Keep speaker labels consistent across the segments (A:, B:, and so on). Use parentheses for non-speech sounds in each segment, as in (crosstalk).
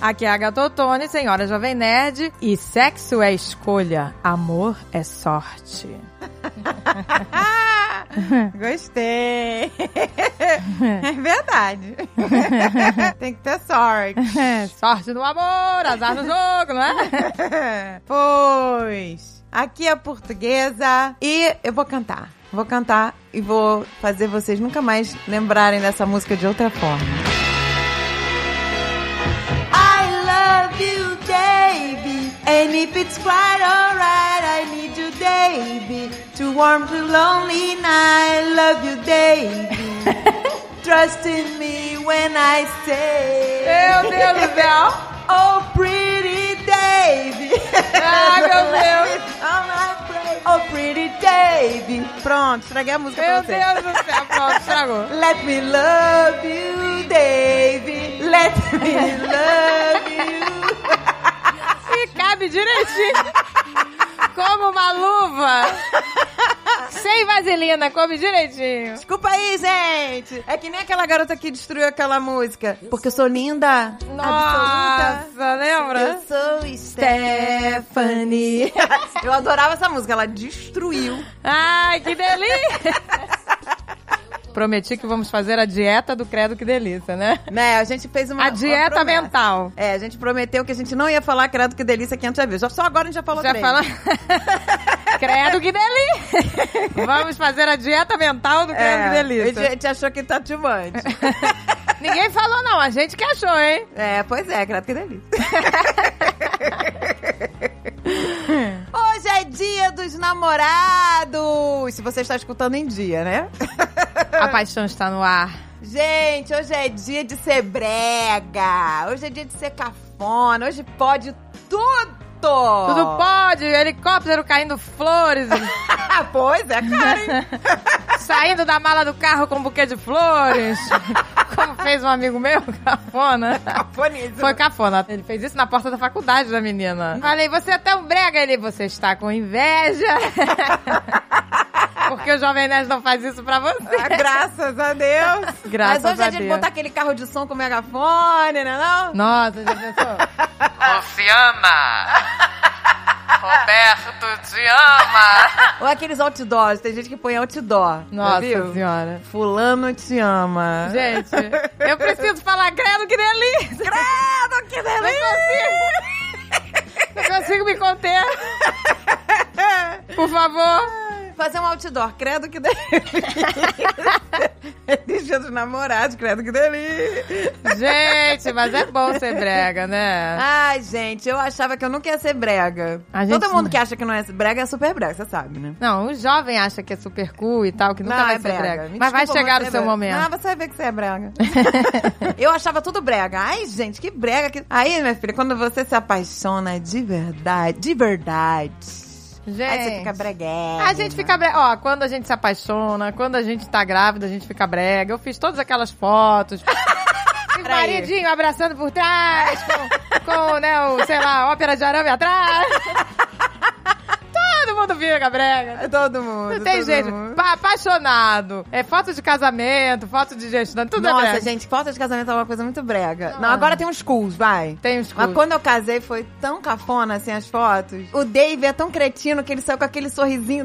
A: Aqui é a Gatotone, senhora Jovem Nerd. E sexo é escolha, amor é sorte.
B: Gostei! (laughs) É verdade. Tem que ter sorte.
A: (laughs) sorte no amor, azar no jogo, não é?
B: Pois. Aqui é portuguesa e eu vou cantar. Vou cantar e vou fazer vocês nunca mais lembrarem dessa música de outra forma. I love you, baby. And if it's quite alright, I need you, baby. To warm the lonely night, I love you,
A: (laughs)
B: baby. Trust in me when I say.
A: Meu Deus do céu!
B: Oh, pretty Dave!
A: Ah, meu Deus.
B: Oh, pretty Dave! Pronto, estraguei a música
A: Meu
B: pra você.
A: Deus do céu! Pronto, estragou.
B: Let me love you, Dave! Let me love you!
A: E cabe direitinho. Como uma luva. Sem vaselina, come direitinho.
B: (laughs) Desculpa aí, gente! É que nem aquela garota que destruiu aquela música. Porque eu sou linda! Absoluta!
A: Nossa, lembra?
B: Eu sou Stephanie! (laughs) eu adorava essa música, ela destruiu.
A: Ai, que delícia! (laughs) Prometi que vamos fazer a dieta do credo que delícia, né?
B: Né, a gente fez uma.
A: A
B: uma
A: dieta
B: promessa.
A: mental.
B: É, a gente prometeu que a gente não ia falar credo que delícia 500 vezes. Só agora a gente já falou
A: Já
B: três.
A: fala. (laughs) credo que delícia! Vamos fazer a dieta mental do credo
B: É,
A: que
B: A
A: delícia.
B: gente achou que tá timante.
A: Ninguém falou não, a gente que achou, hein?
B: (laughs) é, pois é, credo que delícia. (laughs) Hoje é dia dos namorados! Se você está escutando em dia, né? (laughs)
A: A paixão está no ar.
B: Gente, hoje é dia de ser brega. Hoje é dia de ser cafona. Hoje pode tudo!
A: Tudo
B: (laughs)
A: pode, helicóptero caindo flores,
B: pois é, cara, hein? (laughs)
A: saindo da mala do carro com um buquê de flores. Como fez um amigo meu, (laughs) cafona.
B: Cafoníssimo.
A: Foi cafona. Ele fez isso na porta da faculdade da menina. Falei, você é tão brega. Ele, você está com inveja. (laughs) Porque o Jovem Nerd não faz isso pra você.
B: Ah, Graças a Deus. (laughs)
A: Graças
B: Mas hoje
A: a
B: é dia de
A: Deus.
B: botar aquele carro de som com megafone, né não?
A: Nossa, já pensou?
C: Oceana! Roberto te ama!
B: Ah, Ou aqueles outdoors, tem gente que põe outdoor.
A: Nossa
B: viu?
A: senhora.
B: Fulano te ama.
A: Gente, eu preciso falar credo que delícia.
B: Credo, que
A: Não consigo. Não consigo me conter. Por favor.
B: Fazer um outdoor, credo que (laughs) delícia. Dia dos namorados, credo que delícia.
A: Gente, mas é bom ser brega, né?
B: Ai, gente, eu achava que eu nunca ia ser brega.
A: A gente
B: Todo mundo
A: não.
B: que acha que não é brega é super brega, você sabe, né?
A: Não, o jovem acha que é super cool e tal, que nunca
B: não,
A: vai
B: é
A: ser
B: brega.
A: brega.
B: Me
A: Mas vai
B: desculpa,
A: chegar o
B: você é
A: seu
B: brega.
A: momento.
B: Ah, você vai ver que você é brega.
A: (laughs)
B: eu achava tudo brega. Ai, gente, que brega. Que... Aí, minha filha, quando você se apaixona de verdade, de verdade.
A: Gente.
B: Aí você fica breguinha.
A: A gente fica brega. Ó, quando a gente se apaixona, quando a gente tá grávida, a gente fica brega. Eu fiz todas aquelas
B: (laughs)
A: fotos. E o
B: aí.
A: maridinho abraçando por trás, com, com, né, o, sei lá, ópera de arame
B: (laughs)
A: atrás. Todo mundo fica brega.
B: Todo mundo.
A: Não tem
B: todo
A: jeito.
B: mundo.
A: Pa- apaixonado. É foto de casamento, foto de gestante, tudo é
B: Nossa,
A: brega.
B: gente, falta de casamento é uma coisa muito brega. Não, agora tem uns cools, vai.
A: Tem uns
B: Mas
A: cools.
B: quando eu casei, foi tão cafona, assim, as fotos. O Dave é tão cretino que ele saiu com aquele sorrisinho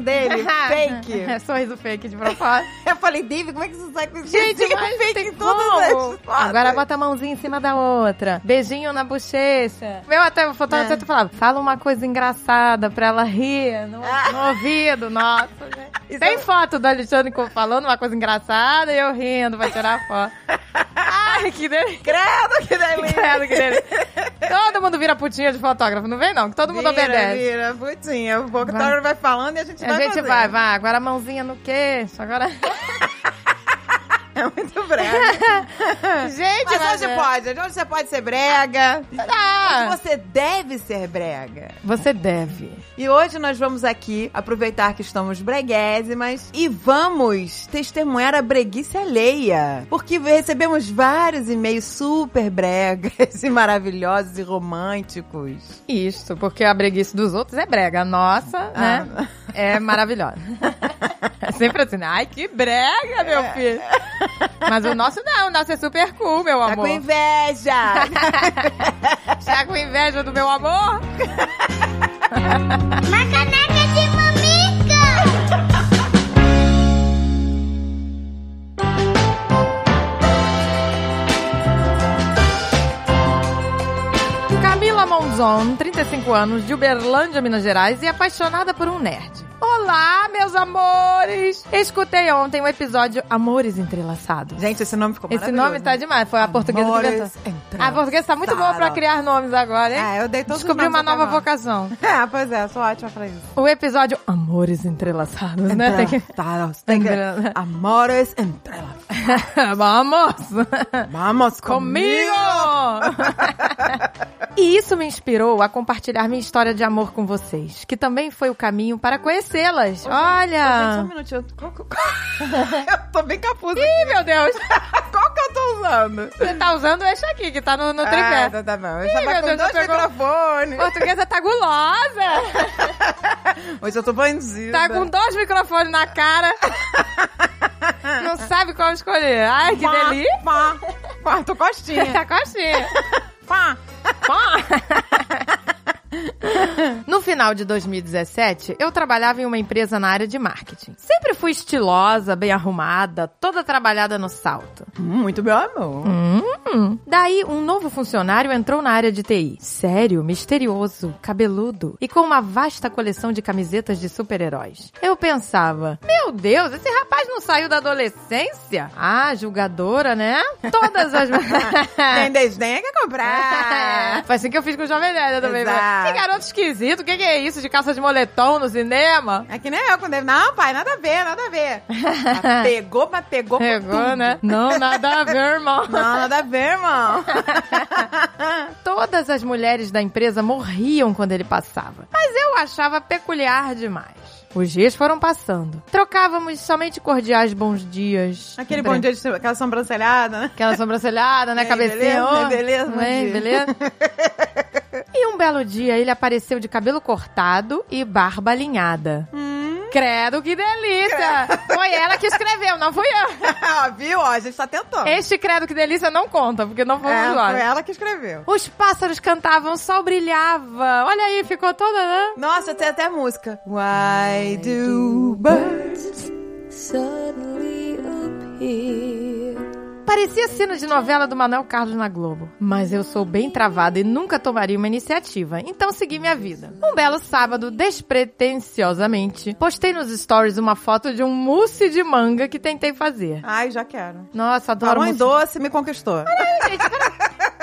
A: (laughs)
B: dele, fake.
A: É sorriso fake de propósito.
B: Eu falei, Dave, como é que você sai com esse
A: Gente,
B: sorrisinho
A: mas
B: fake
A: tem
B: em todas
A: como.
B: as fotos?
A: Agora bota a mãozinha em cima da outra. Beijinho na bochecha. Meu até o fotógrafo
B: É.
A: até falava, fala uma coisa engraçada pra ela rir no,
B: Ah.
A: no ouvido. Nossa, gente.
B: (laughs) Isso
A: Tem
B: é-
A: foto do Alexandre co- falando uma coisa engraçada e eu rindo pra tirar a
B: (laughs)
A: foto. Ai, que delícia.
B: Credo que delícia!
A: Credo, que delícia. Todo mundo vira putinha de fotógrafo, não vem não, que todo mundo obedece.
B: Vira, putinha. O Boctório vai falando e a gente
A: A
B: vai
A: gente
B: fazendo.
A: vai, vai, agora a mãozinha no queixo, agora...
B: É muito (laughs) brega.
A: (laughs) gente,
B: Mas hoje
A: é.
B: pode. Hoje você pode ser brega.
A: Tá.
B: Hoje você deve ser brega.
A: Você deve.
B: E hoje nós vamos aqui aproveitar que estamos breguésimas e vamos testemunhar a breguice alheia. Porque recebemos vários e-mails super bregas (laughs) e maravilhosos e românticos.
A: Isto, porque a breguice dos outros é brega. A nossa, (laughs)
B: Ah.
A: né? É maravilhosa. É sempre assim, né? ai, que brega, meu filho. Mas o nosso não, o nosso é super cool, meu
B: Tá com
A: amor.
B: inveja.
A: Tá com inveja do meu amor?
D: (laughs) Uma caneca de mamica!
A: Camila Monzon, 35 anos, de Uberlândia, Minas Gerais, e apaixonada por um nerd. Olá, meus amores! Escutei ontem o episódio Amores Entrelaçados.
B: (laughs) Gente, esse nome ficou
A: Esse nome tá
B: maravilhoso. né?
A: demais, foi a portuguesa que
B: Amores
A: inventou. A portuguesa tá muito boa pra
B: entrelaçados.
A: criar nomes agora, hein?
B: É, eu dei todos os
A: Descobri
B: nomes
A: uma
B: até
A: nova
B: agora.
A: vocação.
B: É, pois é, sou ótima pra isso.
A: O episódio Amores Entrelaçados,
B: Então.
A: né? Tem que...
B: Entrelaçados, tem que-
A: Entrela-
B: Amores entrelaçados. (laughs)
A: Vamos!
B: Vamos
A: Comigo! e isso me inspirou a compartilhar minha história de amor com vocês, que também foi o caminho para conhecê-las.
B: Gente, só um
A: Olha!
B: minutinho. Qual que eu... (laughs) eu tô bem capuza.
A: Ih, meu Deus!
B: Qual que eu tô usando?
A: Você tá usando esse aqui, que tá no, no tripé.
B: Ah, tá, tá bom. Eu
A: Ih,
B: tava
A: meu
B: com
A: Deus, já
B: dois
A: pegou.
B: microfones.
A: Portuguesa tá gulosa!
B: Hoje eu tô bandida.
A: Tá com dois microfones na
B: (laughs)
A: cara. Não sabe qual escolher. Ai, que
B: Pá,
A: delícia!
B: Pá, pá, tô costinha.
A: (laughs) Tá coxinha.
B: Pá.
A: No final de 2017, eu trabalhava em uma empresa na área de marketing. Sempre fui estilosa, bem arrumada, toda trabalhada no salto.
B: Hum, Muito meu amor.
A: Hum. Daí, um novo funcionário entrou na área de TI. Sério, misterioso, cabeludo e com uma vasta coleção de camisetas de super-heróis. Eu pensava, meu Deus, esse rapaz não saiu da adolescência? Ah, julgadora, né? Todas as... (laughs) É.
B: Tem desdenha que (laughs) comprar.
A: Foi assim que eu fiz com o Jovem Nerd também.
B: É. Exato.
A: Que garoto esquisito, o que, que é isso de calça de moletom no cinema?
B: É que nem eu quando ele... Não, pai, nada a ver, nada a ver.
A: (laughs)
B: Mas pegou, mas pegou com
A: Pegou,
B: tudo.
A: né? Não, nada a ver, irmão.
B: Não, nada a ver,
A: (laughs)
B: irmão.
A: Tá Todas as mulheres da empresa morriam quando ele passava, mas eu achava peculiar demais. Os dias foram passando. Trocávamos somente cordiais bons dias.
B: Aquele bom dia de aquela sobrancelhada, né?
A: Aquela sobrancelhada,
B: (laughs)
A: né?
B: Ei,
A: Cabecinha.
B: beleza? É
A: ó.
B: Beleza, bom
A: Ei,
B: dia.
A: beleza?
B: (laughs)
A: E um belo dia ele apareceu de cabelo cortado e barba alinhada. Hum. Credo, que delícia! Foi ela que escreveu, não fui eu.
B: (laughs) Ó, Viu? Ó, a gente só tentou.
A: Este credo, que delícia não conta, porque não fomos
B: É,
A: nós.
B: foi ela que escreveu.
A: Os pássaros cantavam, o sol brilhava. Olha aí, ficou toda, né?
B: Nossa, tem até música. Why do birds...
A: Parecia cena de novela do Manuel Carlos na Globo. Mas eu sou bem travada e nunca tomaria uma iniciativa, então segui minha vida. Um belo sábado, despretensiosamente, postei nos stories uma foto de um mousse de manga que tentei fazer.
B: Ai, já quero.
A: Nossa,
B: Tua
A: adoro
B: mãe
A: mousse.
B: doce me conquistou.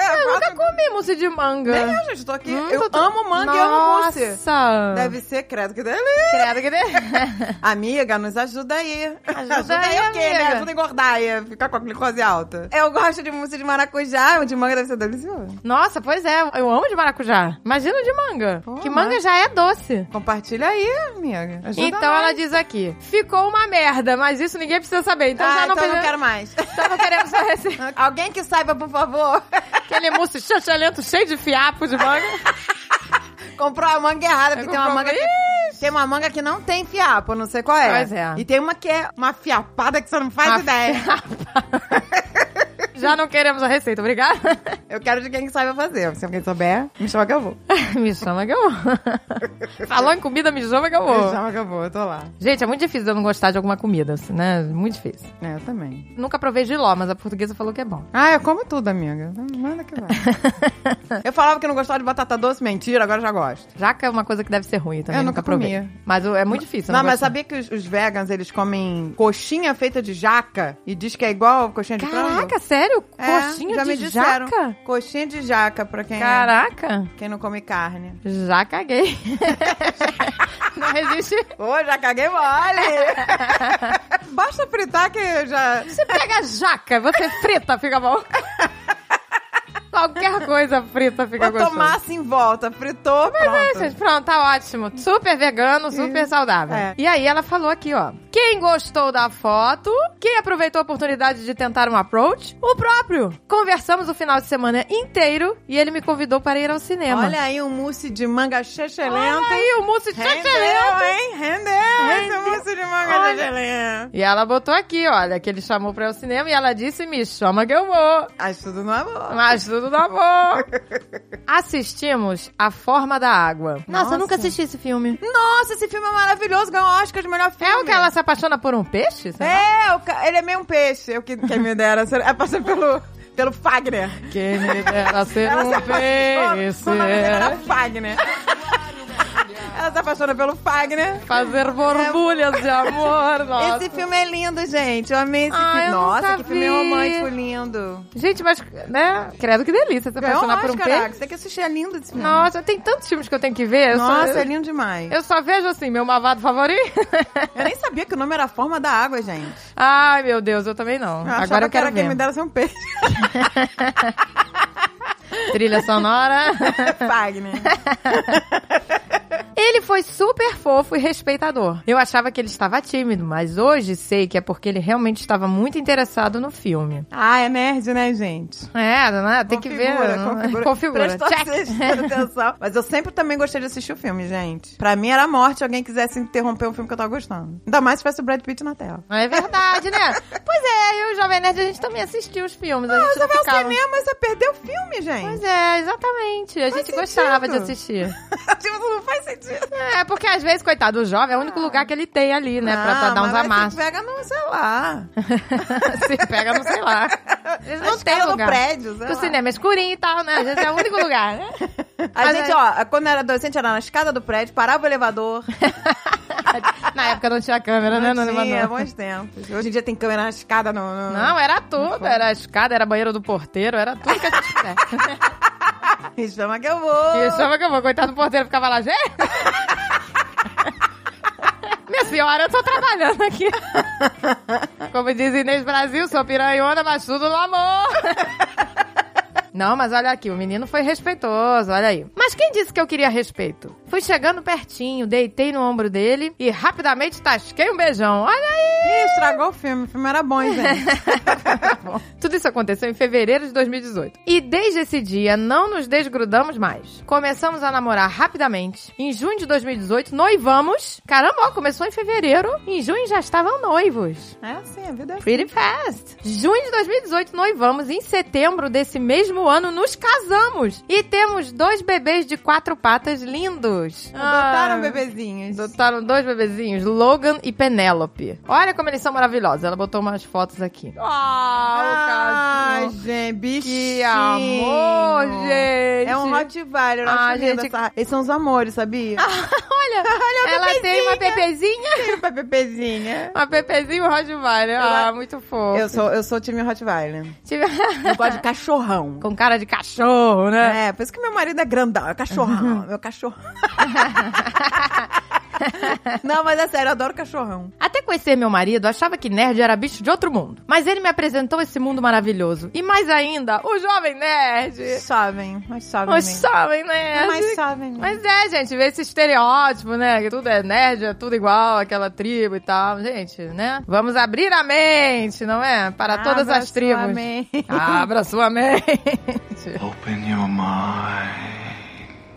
A: Eu nunca comi mousse de manga.
B: É, gente, tô aqui.
A: Hum,
B: eu
A: tô- tô-
B: amo manga e amo mousse.
A: Nossa!
B: Deve ser, credo que delícia.
A: Credo que de...
B: Amiga, nos ajuda aí.
A: Ajuda
B: (laughs)
A: aí,
B: o quê, né?
A: amiga.
B: Ajuda a engordar aí, ficar com a glicose alta. Eu gosto de mousse de maracujá, o de manga deve ser delicioso.
A: (laughs) Nossa, pois é. Eu amo de maracujá. Imagina de manga.
B: Pô,
A: que manga já é doce.
B: Compartilha aí, amiga. Ajuda
A: Então
B: nós.
A: ela diz aqui: ficou uma merda, mas isso ninguém precisa saber. Então
B: ah,
A: já não
B: então eu não
A: precisa-
B: quero mais.
A: Então não queremos só receber
B: (laughs) Alguém que saiba, por favor. (laughs)
A: aquele mousse chachalento cheio de fiapo de manga.
B: Comprou a manga errada, porque
A: Eu
B: tem uma
A: comprou-
B: manga que... Tem uma manga que não tem fiapo, não sei qual é.
A: Pois é.
B: E tem uma que é uma fiapada que você não faz
A: Uma
B: ideia.
A: Já não queremos a receita, obrigada.
B: (laughs) Eu quero de quem que saiba fazer. Se alguém souber, (laughs) me chama que eu vou.
A: Me chama que eu vou. Falou em comida, me chama que eu
B: (laughs) Me
A: vou.
B: chama que eu vou, eu tô lá.
A: Gente, é muito difícil eu não gostar de alguma comida, assim, né? Muito difícil.
B: É, eu também.
A: Nunca provei giló, mas a portuguesa falou que é bom.
B: Ah, eu como tudo, amiga. Manda que
A: (laughs)
B: vai. eu falava que não gostava de batata doce, mentira, agora já gosto.
A: Jaca é uma coisa que deve ser ruim eu também.
B: Eu
A: nunca
B: nunca
A: provei.
B: comia.
A: Mas o- é muito difícil. eu
B: não, mas
A: gosto.
B: sabia que os, os vegans, eles comem coxinha feita de jaca e diz que é igual coxinha de frango?
A: Caraca, sério?
B: É,
A: Coxinha
B: já
A: de
B: me disseram.
A: jaca?
B: Coxinha de jaca, pra quem, é
A: Caraca.
B: quem não come carne.
A: Já caguei. (laughs) não resiste.
B: Ô, já
A: (laughs)
B: caguei mole! Basta fritar que eu já...
A: Você pega a jaca, você frita, fica
B: (laughs)
A: bom. Qualquer coisa frita fica
B: Vou
A: gostosa.
B: tomar assim em volta, fritou,
A: Pois é,
B: pronto.
A: gente, pronto, tá ótimo. Super vegano, super saudável.
B: É.
A: E aí ela falou aqui, ó. Quem gostou da foto, quem aproveitou a oportunidade de tentar um approach, o próprio. Conversamos o final de semana inteiro e ele me convidou para ir ao cinema.
B: Olha aí um mousse de manga chechelento.
A: Olha aí o mousse
B: Rendeu,
A: excelente.
B: hein? Rendeu, esse
A: Rendeu.
B: mousse de manga
A: Olha.
B: chechelento. né?
A: E ela botou aqui, olha, que ele chamou pra ir ao cinema e ela disse: me chama que eu vou.
B: Acho tudo
A: é
B: no amor.
A: Mas tudo no amor. Assistimos A Forma da Água. Nossa,
B: Nossa.
A: eu nunca assisti esse filme.
B: Nossa, esse filme é maravilhoso, ganhou o Oscar de melhor filme.
A: É o que ela se apaixona por um peixe? sei lá?
B: É, o ca- ele é meio um peixe, eu que, quem me dera. ser- É passar pelo, pelo Fagner.
A: Quem me dera ser
B: Ela se
A: um
B: apaixona.
A: peixe.
B: O nome dele era Fagner. Ela se apaixona pelo Fagner.
A: Fazer borbulhas de amor, nossa.
B: Esse filme é lindo, gente. Eu amei esse
A: Ah,
B: filme.
A: eu
B: Nossa,
A: nunca
B: que filme
A: vi.
B: romântico lindo.
A: Gente, mas, né? Credo que delícia se
B: Ganhou um
A: apaixonar por
B: Oscar,
A: um
B: caraca.
A: peixe.
B: Você tem que assistir, é lindo esse filme.
A: Nossa, tem tantos filmes que eu tenho que ver. Eu
B: Nossa,
A: só,
B: é lindo demais.
A: Eu só vejo assim, meu mavado favorito. (laughs)
B: Eu nem sabia que o nome era a forma da água, gente.
A: Ai, meu Deus, eu também não.
B: Eu
A: Agora
B: achava
A: eu quero
B: que era quem
A: ver.
B: me dera ser
A: (laughs)
B: um peixe.
A: Trilha
B: (laughs)
A: sonora.
B: Fagner.
A: ele foi super fofo e respeitador. Eu achava que ele estava tímido, mas hoje sei que é porque ele realmente estava muito interessado no filme.
B: Ah, é nerd, né, gente?
A: É, né? tem que ver.
B: Configura,
A: né?
B: Configura.
A: Configura.
B: Prestou
A: Check.
B: atenção.
A: (laughs)
B: Mas eu sempre também gostei de assistir o filme, gente. Pra mim era a morte se alguém quisesse interromper um filme que eu tava gostando. Ainda mais se tivesse o Brad Pitt na tela.
A: É verdade, né? Pois é, eu e o Jovem Nerd, a gente também assistiu os filmes. A
B: Ah,
A: gente
B: você
A: não
B: vai ao
A: ficava...
B: cinema, mas você perdeu o filme, gente.
A: Pois é, exatamente. A
B: Faz
A: gente gostava de
B: sentido.
A: assistir.
B: (laughs) tipo, não faz sentido.
A: É, porque às vezes, coitado, o jovem é o único lugar que ele tem ali, né? pra, pra
B: Ah,
A: dar uns
B: mas aí
A: amassos.
B: Você pega no, sei lá.
A: (laughs) Se pega, não sei lá. Eles
B: A
A: não têm
B: escada do
A: lugar.
B: prédio, sei
A: Porque o
B: lá.
A: cinema é escurinho e tal, né? Às vezes é o único lugar,
B: (laughs)
A: né?
B: A
A: Mas
B: gente,
A: é-
B: ó, quando era adolescente, era na escada do prédio, parava o elevador.
A: Na época não tinha câmera, né?
B: Não
A: no
B: tinha,
A: elevador.
B: bons tempos. Hoje em dia tem câmera na escada no... no-
A: Não, era tudo. Era escada, era banheiro do porteiro, era tudo que a
B: (laughs)
A: gente quer.
B: Me chama que eu vou.
A: E chama que eu vou. Coitado do porteiro, ficava lá, gente. Minha senhora, eu tô trabalhando aqui. Como diz Inês Brasil, sou piranhona, mas tudo no amor. Não, mas olha aqui, o menino foi respeitoso, olha aí. Mas quem disse que eu queria respeito? Fui chegando pertinho, deitei no ombro dele e rapidamente tasquei um beijão. Olha aí!
B: Ih, estragou o filme. O filme era bom,
A: (laughs)
B: hein, gente?
A: Tudo isso aconteceu em fevereiro de 2018. E desde esse dia não nos desgrudamos mais. Começamos a namorar rapidamente. Em junho de 2018, noivamos. Caramba, ó, começou em fevereiro. Em junho já estavam noivos.
B: é assim, a vida é assim.
A: Pretty fast. Junho de 2018, noivamos. Em setembro desse mesmo ano, nos casamos. E temos dois bebês de quatro patas lindos.
B: assim. Adotaram
A: Ah.
B: bebezinhos.
A: Adotaram dois bebezinhos, Logan e Penélope. Olha como eles são maravilhosos. Ela botou umas fotos aqui. Ah,
B: Ai, gente, bichinho.
A: Que amor, gente.
B: É um Rottweiler, eu acho
A: Ah,
B: lindo
A: gente. Ah.
B: essa- Eles são os amores, sabia?
A: Olha, ela tem uma pepezinha.
B: pra bebezinha.
A: Uma pepezinha e um Rottweiler. Ah, muito fofo.
B: Eu sou, eu sou o time Rottweiler.
A: Tive- (laughs)
B: Eu gosto de cachorrão.
A: Com cara de cachorro, né?
B: É, por isso que meu marido é grandão, é cachorrão,
A: (laughs)
B: meu cachorrão. Não, mas é sério, eu adoro cachorrão.
A: Até conhecer meu marido, achava que nerd era bicho de outro mundo. Mas ele me apresentou esse mundo maravilhoso. E mais ainda, o jovem nerd.
B: Sabem, mas sabem.
A: O jovem nerd.
B: Mas sabem.
A: Mas é, gente, vê esse estereótipo, né? Que tudo é nerd, é tudo igual, aquela tribo e tal. Gente, né? Vamos abrir a mente, não é? Para todas as tribos. (laughs) Abra sua mente.
E: Open your mind.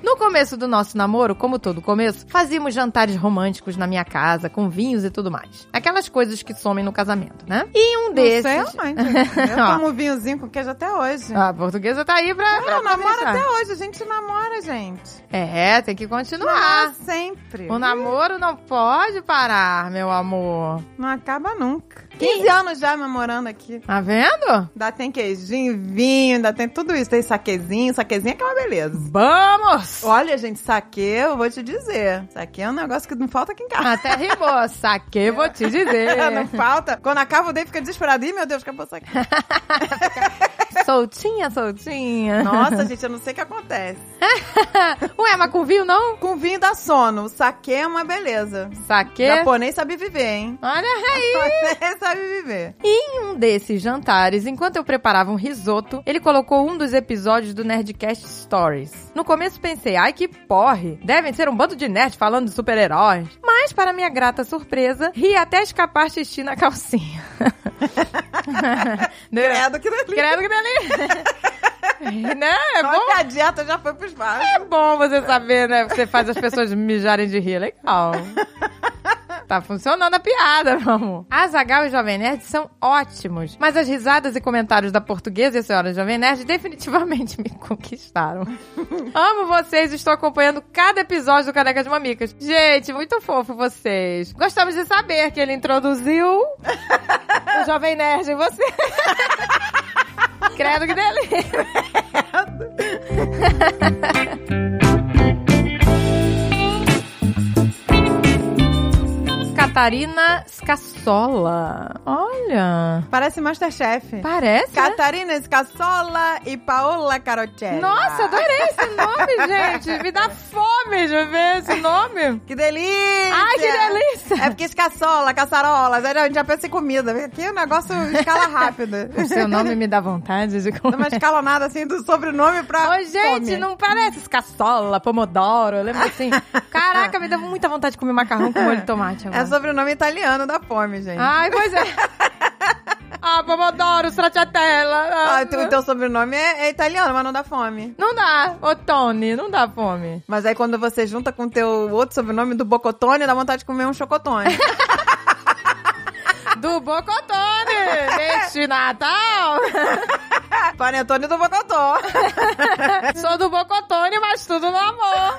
A: No começo do nosso namoro, como todo começo, fazíamos jantares românticos na minha casa, com vinhos e tudo mais. Aquelas coisas que somem no casamento, né? E um desses.
B: (laughs) Sei, mãe. Eu
A: Ó.
B: tomo um vinhozinho com queijo até hoje.
A: Ah, a portuguesa tá aí pra. pra
B: eu namoro
A: caprichar.
B: até hoje, a gente namora, gente.
A: É, tem que
B: Namora
A: continuar.
B: sempre.
A: O namoro não pode parar, meu amor.
B: Não acaba nunca. 15 anos já namorando aqui.
A: Tá vendo?
B: Ainda tem queijinho, vinho, ainda tem tudo isso. Tem saquezinho, saquezinho é que é uma beleza.
A: Vamos!
B: Olha, gente, saque, eu vou te dizer. Saque é um negócio que não falta aqui em casa.
A: Até rimou, saquei, vou te dizer.
B: (laughs) não falta. Quando acaba o day fica desesperado. Ih, meu Deus,
A: (laughs)
B: acabou saque.
A: Soltinha, soltinha.
B: Nossa, gente, eu não sei o que acontece.
A: Ué, mas com vinho não?
B: Com vinho dá sono. O saque é uma beleza.
A: Saque.
B: Japonês sabe viver, hein?
A: Olha aí.
B: Japonês (laughs) sabe viver.
A: E em um desses jantares, enquanto eu preparava um risoto, ele colocou um dos episódios do Nerdcast Stories. No começo pensei, ai que porre, devem ser um bando de nerds falando de super-heróis. Mas, para minha grata surpresa, ri até escapar xixi na (laughs) calcinha.
B: Credo que é delícia.
A: Credo que dali. (laughs) né? É
B: Só
A: bom
B: que a dieta já foi pro espaço.
A: É bom você saber, né? Você faz as pessoas mijarem de rir. Legal. Tá funcionando a piada, meu amor. Azagal e Jovem Nerd são ótimos, mas as risadas e comentários da portuguesa e a senhora Jovem Nerd definitivamente me conquistaram. Amo vocês, estou acompanhando cada episódio do Caneca de Mamicas. Gente, muito fofo vocês. Gostamos de saber que ele introduziu o Jovem Nerd em você. (laughs) Credo que delícia. Catarina Scassola. Olha.
B: Parece Masterchef.
A: Parece. né?
B: Catarina Scassola e Paola Caroccelli.
A: Nossa, adorei esse nome, gente. Me dá fome de ver esse nome.
B: Que delícia!
A: Ai, que delícia.
B: É porque escassola, caçarola, a gente já pensa em comida. Aqui o negócio escala rápido.
A: O seu nome me dá vontade de
B: Dá uma
A: comer.
B: escalonada assim do sobrenome pra.
A: Ô, gente,
B: fome.
A: não parece escassola, pomodoro, lembra assim? Caraca, me deu muita vontade de comer macarrão com molho de tomate agora.
B: É sobrenome italiano da fome, gente.
A: Ai, pois é. Ah, pomodoro, stracciatella.
B: Ah,
A: Ah,
B: tu- o teu sobrenome é, é italiano, mas não dá fome.
A: Não dá, ô Tony, não dá fome.
B: Mas aí quando você junta com o teu outro sobrenome do Bocotone, dá vontade de comer um chocotone. (laughs)
A: Do Bocotone, neste Natal.
B: Panetone do Bocotó. (laughs)
A: Sou do Bocotone, mas tudo no amor.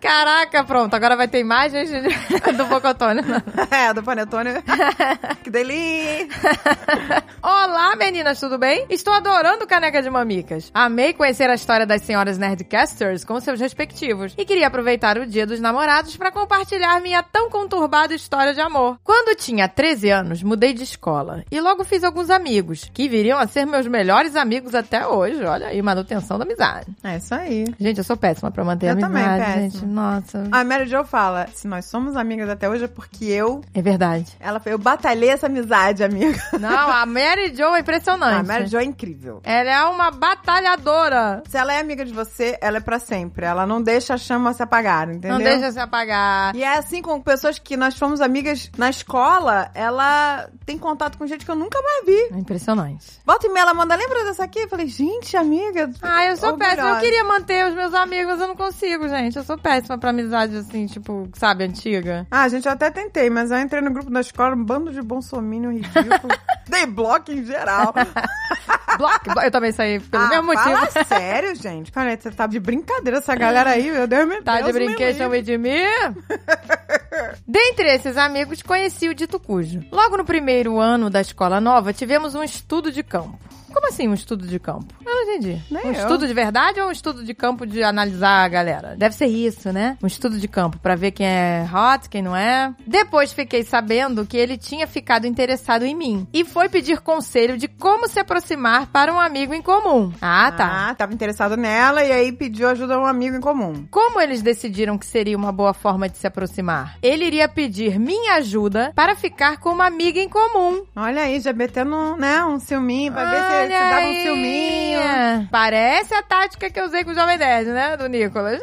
A: Caraca, pronto, agora vai ter imagens de- do Bocotone.
B: é, do Panetone. que delícia!
A: (laughs) Olá, meninas, tudo bem? Estou adorando Caneca de Mamicas. Amei conhecer a história das senhoras Nerdcasters com seus respectivos e queria aproveitar o Dia dos Namorados para compartilhar minha tão conturbada história de amor. Quando tinha 13 anos, mudei de escola e logo fiz alguns amigos, que viriam a ser meus melhores amigos até hoje. Olha aí, manutenção da amizade.
B: É isso aí.
A: Gente, eu sou péssima pra manter a
B: Eu também,
A: amizade,
B: péssima.
A: gente. Nossa.
B: A Mary Jo fala: se nós somos amigas até hoje é porque eu.
A: É verdade.
B: Ela foi, eu batalhei essa amizade, amiga.
A: Não, a Mary Jo é impressionante.
B: (laughs) A Mary Jo é incrível.
A: Ela é uma batalhadora.
B: Se ela é amiga de você, ela é pra sempre. Ela não deixa a chama se apagar, entendeu?
A: Não deixa se apagar.
B: E é assim com pessoas que nós fomos amigas na escola, ela tem contato com gente que eu nunca mais vi.
A: É impressionante.
B: Volta e meia, ela manda, lembra dessa aqui? Eu falei, gente, amiga.
A: Ah, eu sou
B: orgulhosa.
A: péssima. Eu queria manter os meus amigos, eu não consigo, gente. Eu sou péssima pra amizade, assim, tipo, sabe, antiga.
B: Ah, gente, eu até tentei, mas eu entrei no grupo da escola, um bando de
A: (laughs)
B: bolsominion ridículo. Dei bloco em geral.
A: Block, blo- eu também saí pelo
B: ah,
A: mesmo motivo.
B: fala (laughs) sério, gente. Cara, você tá de brincadeira essa galera aí, meu Deus, meu
A: Tá de
B: Deus, me
A: brinquedo
B: livre.
A: de mim?
B: (laughs)
A: Dentre esses amigos, conheci o Dito Cujo. Logo no primeiro ano da escola nova, tivemos um estudo de campo. Como assim um estudo de campo? Eu não entendi.
B: Nem
A: um
B: eu.
A: estudo de verdade ou um estudo de campo de analisar a galera? Deve ser isso, né? Um estudo de campo pra ver quem é hot, quem não é. Depois fiquei sabendo que ele tinha ficado interessado em mim e foi pedir conselho de como se aproximar para um amigo em comum. Ah, tá.
B: Ah, tava interessado nela e aí pediu ajuda a um amigo em comum.
A: Como eles decidiram que seria uma boa forma de se aproximar? Ele iria pedir minha ajuda para ficar com uma amiga em comum.
B: Olha aí, já metendo, né, um ciúminho, pra ver se,
A: Olha
B: se dava um
A: aí.
B: ciúminho.
A: Parece a tática que eu usei com o Jovem Nerd, né? Do Nicolas.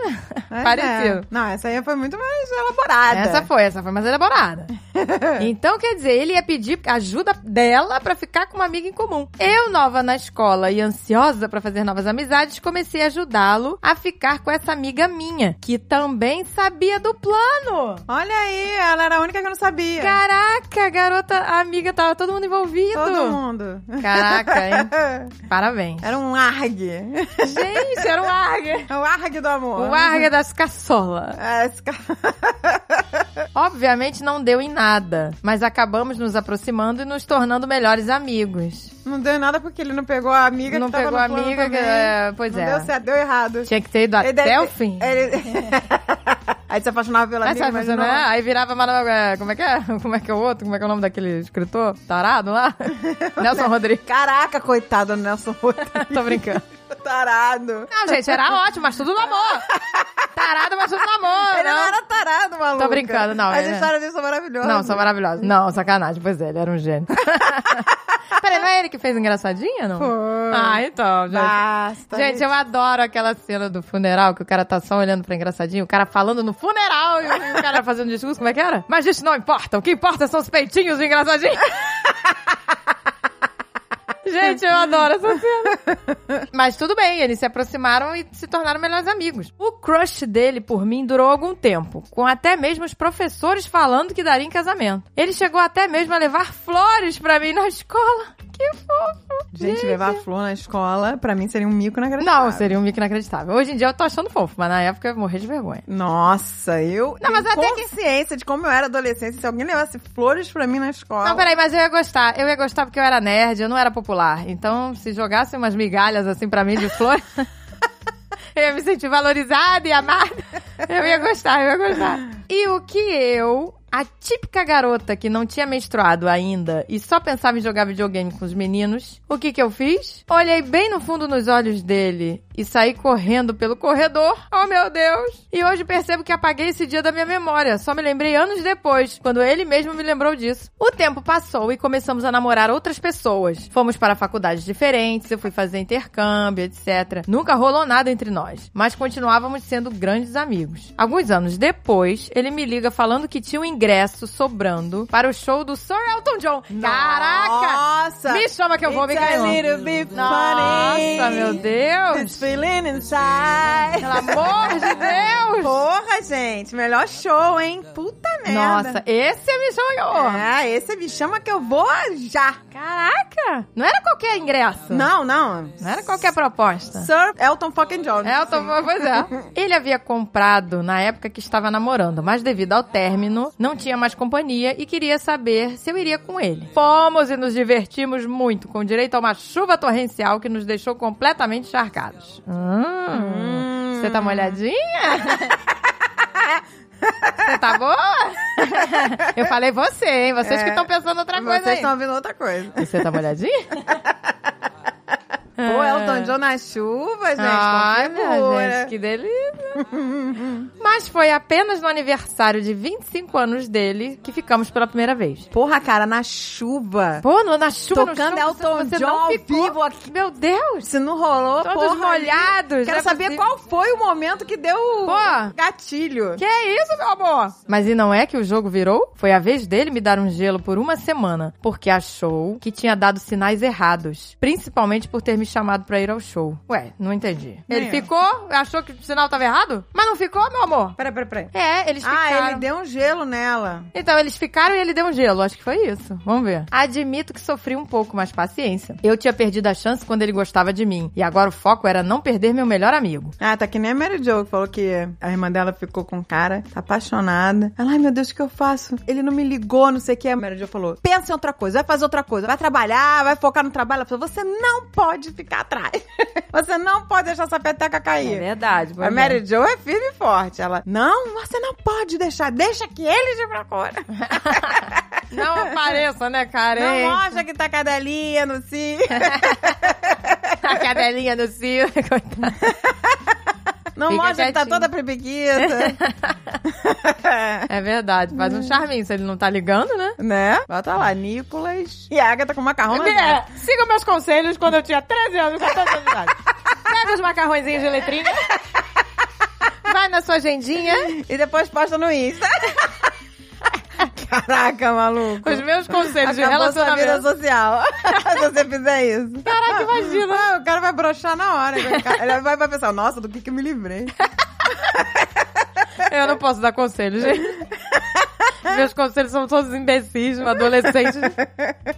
B: Mas
A: Parecido.
B: é. Não, essa aí foi muito mais elaborada.
A: Essa foi, essa foi mais elaborada.
B: (laughs)
A: então, quer dizer, ele ia pedir ajuda dela pra ficar com uma amiga em comum. Eu, nova na escola e ansiosa pra fazer novas amizades, comecei a ajudá-lo a ficar com essa amiga minha, que também sabia do plano.
B: Olha aí, ela era a única que eu não sabia.
A: Caraca, garota, a amiga, tava todo mundo envolvido.
B: Todo mundo. (laughs)
A: Caraca, hein? Parabéns.
B: Era um arg. (laughs)
A: Gente, era o Arga.
B: É o arg do amor.
A: O Arga das caçolas.
B: É, esse ca-
A: Obviamente não deu em nada, mas acabamos nos aproximando e nos tornando melhores amigos.
B: Não deu em nada porque ele não pegou a amiga
A: Não
B: que tava
A: pegou
B: no
A: a
B: plano
A: amiga, que-
B: também.
A: é, pois
B: não
A: é.
B: Deu certo, deu errado.
A: Tinha que ter ido
B: Ele deve
A: até
B: ter-
A: o fim. (laughs)
B: ele- Aí se apaixonava pela
A: Aí,
B: amiga,
A: sabe,
B: mas
A: né?
B: não...
A: Aí virava Manoel, é, como é que é? (laughs) Como é que é o outro? Como é que é o nome daquele escritor? Tarado
B: (laughs)
A: lá? Nelson Rodrigues. (laughs)
B: Caraca, coitado do Nelson Rodrigues.
A: Tô brincando.
B: (laughs) Tarado.
A: Não, gente, era ótimo, mas tudo no amor. Tarado, mas tudo no amor.
B: Ele não
A: não.
B: era tarado, maluco.
A: Tô brincando, não,
B: As
A: ele- é-
B: histórias dele são maravilhosas.
A: Não, são maravilhosos. Não, sacanagem. Pois é, ele era um gênio. Peraí, não é ele que fez engraçadinha, não?
B: Foi.
A: Ah, então, gente.
B: Basta.
A: Gente, eu adoro aquela cena do funeral que o cara tá só olhando pra engraçadinho, o cara falando no funeral e o e o cara fazendo discurso, como é que era? Mas isso (laughs) não importa, o que importa são os peitinhos do engraçadinho. Gente, Gente, eu adoro essa cena. Mas tudo bem, eles se aproximaram e se tornaram melhores amigos. O crush dele por mim durou algum tempo, com até mesmo os professores falando que daria em casamento. Ele chegou até mesmo a levar flores pra mim na escola. Que fofo.
B: Gente, levar flor na escola, pra mim seria um mico na
A: Não, seria um mico inacreditável. Hoje em dia eu tô achando fofo, mas na época eu morri de vergonha.
B: Nossa, eu
A: Não, mas
B: tenho
A: até que-
B: consciência de como eu era adolescente. Se alguém levasse flores pra mim na escola...
A: Não, peraí, mas eu ia gostar. Eu ia gostar porque eu era nerd, eu não era popular. Então, se jogasse umas migalhas assim pra mim de flor, (laughs) eu ia me sentir valorizada e amada. Eu ia gostar, eu ia gostar. E o que eu, a típica garota que não tinha menstruado ainda e só pensava em jogar videogame com os meninos, o que que eu fiz? Olhei bem no fundo nos olhos dele e saí correndo pelo corredor. Oh, meu Deus! E hoje percebo que apaguei esse dia da minha memória. Só me lembrei anos depois, quando ele mesmo me lembrou disso. O tempo passou e começamos a namorar outras pessoas. Fomos para faculdades diferentes, eu fui fazer intercâmbio, etc. Nunca rolou nada entre nós, mas continuávamos sendo grandes amigos. Alguns anos depois, ele me liga falando que tinha um ingresso sobrando para o show do Sir Elton John. Caraca!
B: Nossa!
A: Me chama que eu vou me
B: It's a
A: ganhar.
B: little bit funny.
A: Nossa, meu
B: This (laughs)
A: Deus!
B: feeling inside.
A: Pelo amor de Deus!
B: Porra, gente. Melhor show, hein? Puta merda.
A: Nossa, esse é me chama que eu vou.
B: É, esse me chama que eu vou já.
A: Caraca! Não era qualquer ingresso.
B: Não, não. é
A: Não era qualquer proposta.
B: Sir Elton fucking John.
A: Elton, pois
B: (laughs)
A: é. Ele havia comprado na época que estava namorando, mas devido ao término, não tinha mais companhia e queria saber se eu iria com ele. Fomos e nos divertimos muito, com direito a uma chuva torrencial que nos deixou completamente encharcados. Hum, Você tá
B: (laughs)
A: molhadinha? Você tá
B: (laughs)
A: boa? Eu falei você, hein? Vocês que estão pensando outra coisa
B: Vocês
A: aí.
B: estão ouvindo outra coisa.
A: Você tá molhadinha?
B: O Elton John na chuva, gente.
A: É. (laughs) Ai, meu
B: configura.
A: gente, que delícia.
B: (laughs)
A: Mas foi apenas no aniversário de 25 anos dele que ficamos pela primeira vez.
B: Porra, cara, na chuva.
A: Pô, no- na chuva,
B: Tocando
A: no chão,
B: Elton
A: você
B: John
A: não
B: ao
A: ficou.
B: vivo aqui.
A: Meu Deus.
B: Se não rolou,
A: Todos
B: porra.
A: molhados, não
B: Quero
A: é
B: saber
A: possível.
B: qual foi o momento que deu o
A: Pô.
B: gatilho.
A: Que isso, meu amor? Mas e não é que o jogo virou? Foi a vez dele me dar um gelo por uma semana, porque achou que tinha dado sinais errados. Principalmente por ter me chamado pra ir ao show. Ué, não entendi.
B: Nem
A: Ele
B: eu.
A: ficou? Achou que o sinal tava errado? Mas não ficou, meu amor?
B: Peraí, peraí, peraí.
A: É, eles
B: Ah,
A: ficaram.
B: ele deu um gelo nela.
A: Então, eles ficaram e ele deu um gelo. Acho que foi isso. Vamos ver. Admito que sofri um pouco, mas paciência. Eu tinha perdido a chance quando ele gostava de mim. E agora o foco era não perder meu melhor amigo.
B: Ah, tá que nem a Mary Jo, que falou que a irmã dela ficou com um cara, tá apaixonada. Ela, ai meu Deus, o que eu faço? Ele não me ligou, não sei o que. A Mary Jo falou, pensa em outra coisa, vai fazer outra coisa, vai trabalhar, vai focar no trabalho. Ela falou, você não pode ficar atrás. (laughs) você não pode deixar essa peteca cair.
A: É verdade.
B: A Mary Jo é firme e forte. Ela, não, você não pode deixar, deixa que ele te procura.
A: Não apareça, né, cara?
B: Não
A: Hein?
B: mostra que tá cadelinha no
A: (laughs)
B: cio.
A: A cadelinha do Ciro. (laughs) coitada.
B: Não
A: Fica
B: mostra que tá
A: quietinho. (laughs)
B: toda (laughs) prebiquita.
A: é verdade. Faz um charminho se ele não tá ligando, né?
B: Né? Bota lá, Nicolas e a Agatha com macarrão na mão.
A: É, siga meus conselhos quando eu tinha 13 anos, 14 anos de idade. Pega os macarrõezinhos de letrinha. Vai na sua agendinha.
B: E depois posta no Insta. (laughs) Caraca, maluco.
A: Os meus conselhos de
B: Acabou sua vida
A: relacionamento.
B: social. (laughs) Se você fizer isso.
A: Caraca, imagina.
B: Ah, o cara vai broxar na hora. Ele vai, vai pensar, nossa, do que que eu me livrei?
A: Eu não posso dar conselhos, (laughs) gente. Meus conselhos são todos imbecis, adolescentes.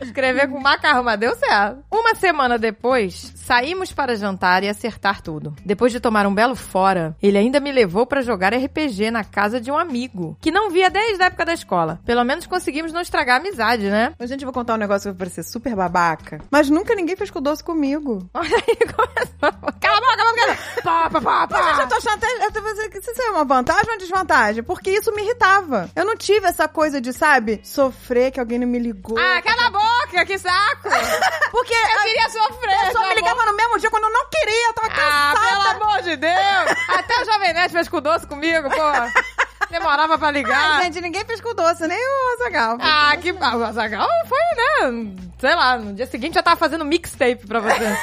A: Escrever com macarrão, mas deu certo. Uma semana depois, saímos para jantar e acertar tudo. Depois de tomar um belo fora, ele ainda me levou para jogar RPG na casa de um amigo, que não via desde a época da escola. Pelo menos conseguimos não estragar a amizade, né? (laughs)
B: Mas, gente, eu vou contar um negócio que vai parecer super babaca. Mas nunca ninguém fez com doce comigo.
A: Olha aí, começou. Cala a boca, cala a boca, cala a boca. Pá, pá, pá,
B: Mas, gente, eu
A: pá.
B: tô achando até. Eu tô pensando que isso é uma vantagem ou uma desvantagem? Porque isso me irritava. Eu não tive essa coisa de, sabe, sofrer que alguém não me ligou.
A: Ah, cala a boca, que saco.
B: (laughs) porque.
A: Eu queria sofrer.
B: A pessoa
A: meu
B: me
A: amor.
B: ligava no mesmo dia quando eu não queria, eu tava
A: Tá Ah, pelo
B: cansada.
A: amor de Deus! Até o Jovem Nerd fez com doce comigo, pô. Demorava pra
B: Ah,
A: ligar.
B: gente, ninguém fez com doce, nem o Azagal.
A: Ah, que... ba- O Azaghal foi, né? Sei lá, no dia seguinte já tava fazendo mixtape pra
B: (laughs)
A: você.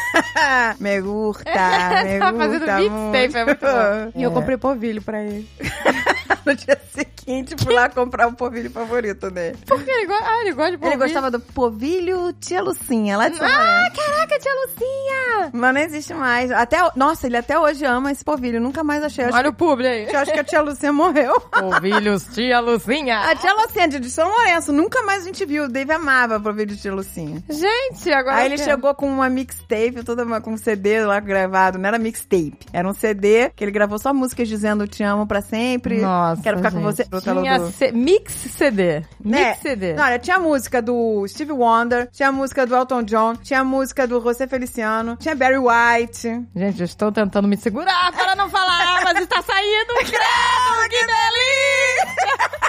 B: me gusta, me
A: Ah. (laughs) Tava
B: gusta
A: fazendo mixtape, é muito bom.
B: E eu comprei polvilho pra ele. (laughs) no dia seguinte. quente fui lá comprar o polvilho favorito dele.
A: Porque ele, go... ah, ele gosta de
B: Ele
A: polvilho.
B: gostava do polvilho Tia Lucinha, lá de São
A: Ah,
B: Paulo.
A: caraca, tia Lucinha!
B: Mas não existe mais. Até, nossa, ele até hoje ama esse polvilho. Nunca mais achei. Eu Acho,
A: Olha o publi aí.
B: que, eu acho que a tia Lucinha morreu.
A: (laughs) Polvilhos, tia Lucinha.
B: A tia Lucinha é de São Lourenço. Nunca mais a gente viu. O Dave amava o polvilho de tia Lucinha.
A: Gente, agora...
B: Aí ele
A: que-
B: chegou com uma mixtape, toda uma- com um CD lá gravado, não era mixtape. Era um CD que ele gravou só músicas dizendo eu te amo pra sempre.
A: Nossa,
B: quero ficar com
A: gente.
B: você. Do telão
A: Tinha
B: do-
A: C- mix CD. Mix
B: Né?
A: CD.
B: Não, olha, tinha música do Steve Wonder, tinha música do Elton John, tinha música do José Feliciano, tinha Barry White.
A: Gente, eu estou tentando me segurar para não falar, (laughs) mas está saindo um credo, que delícia!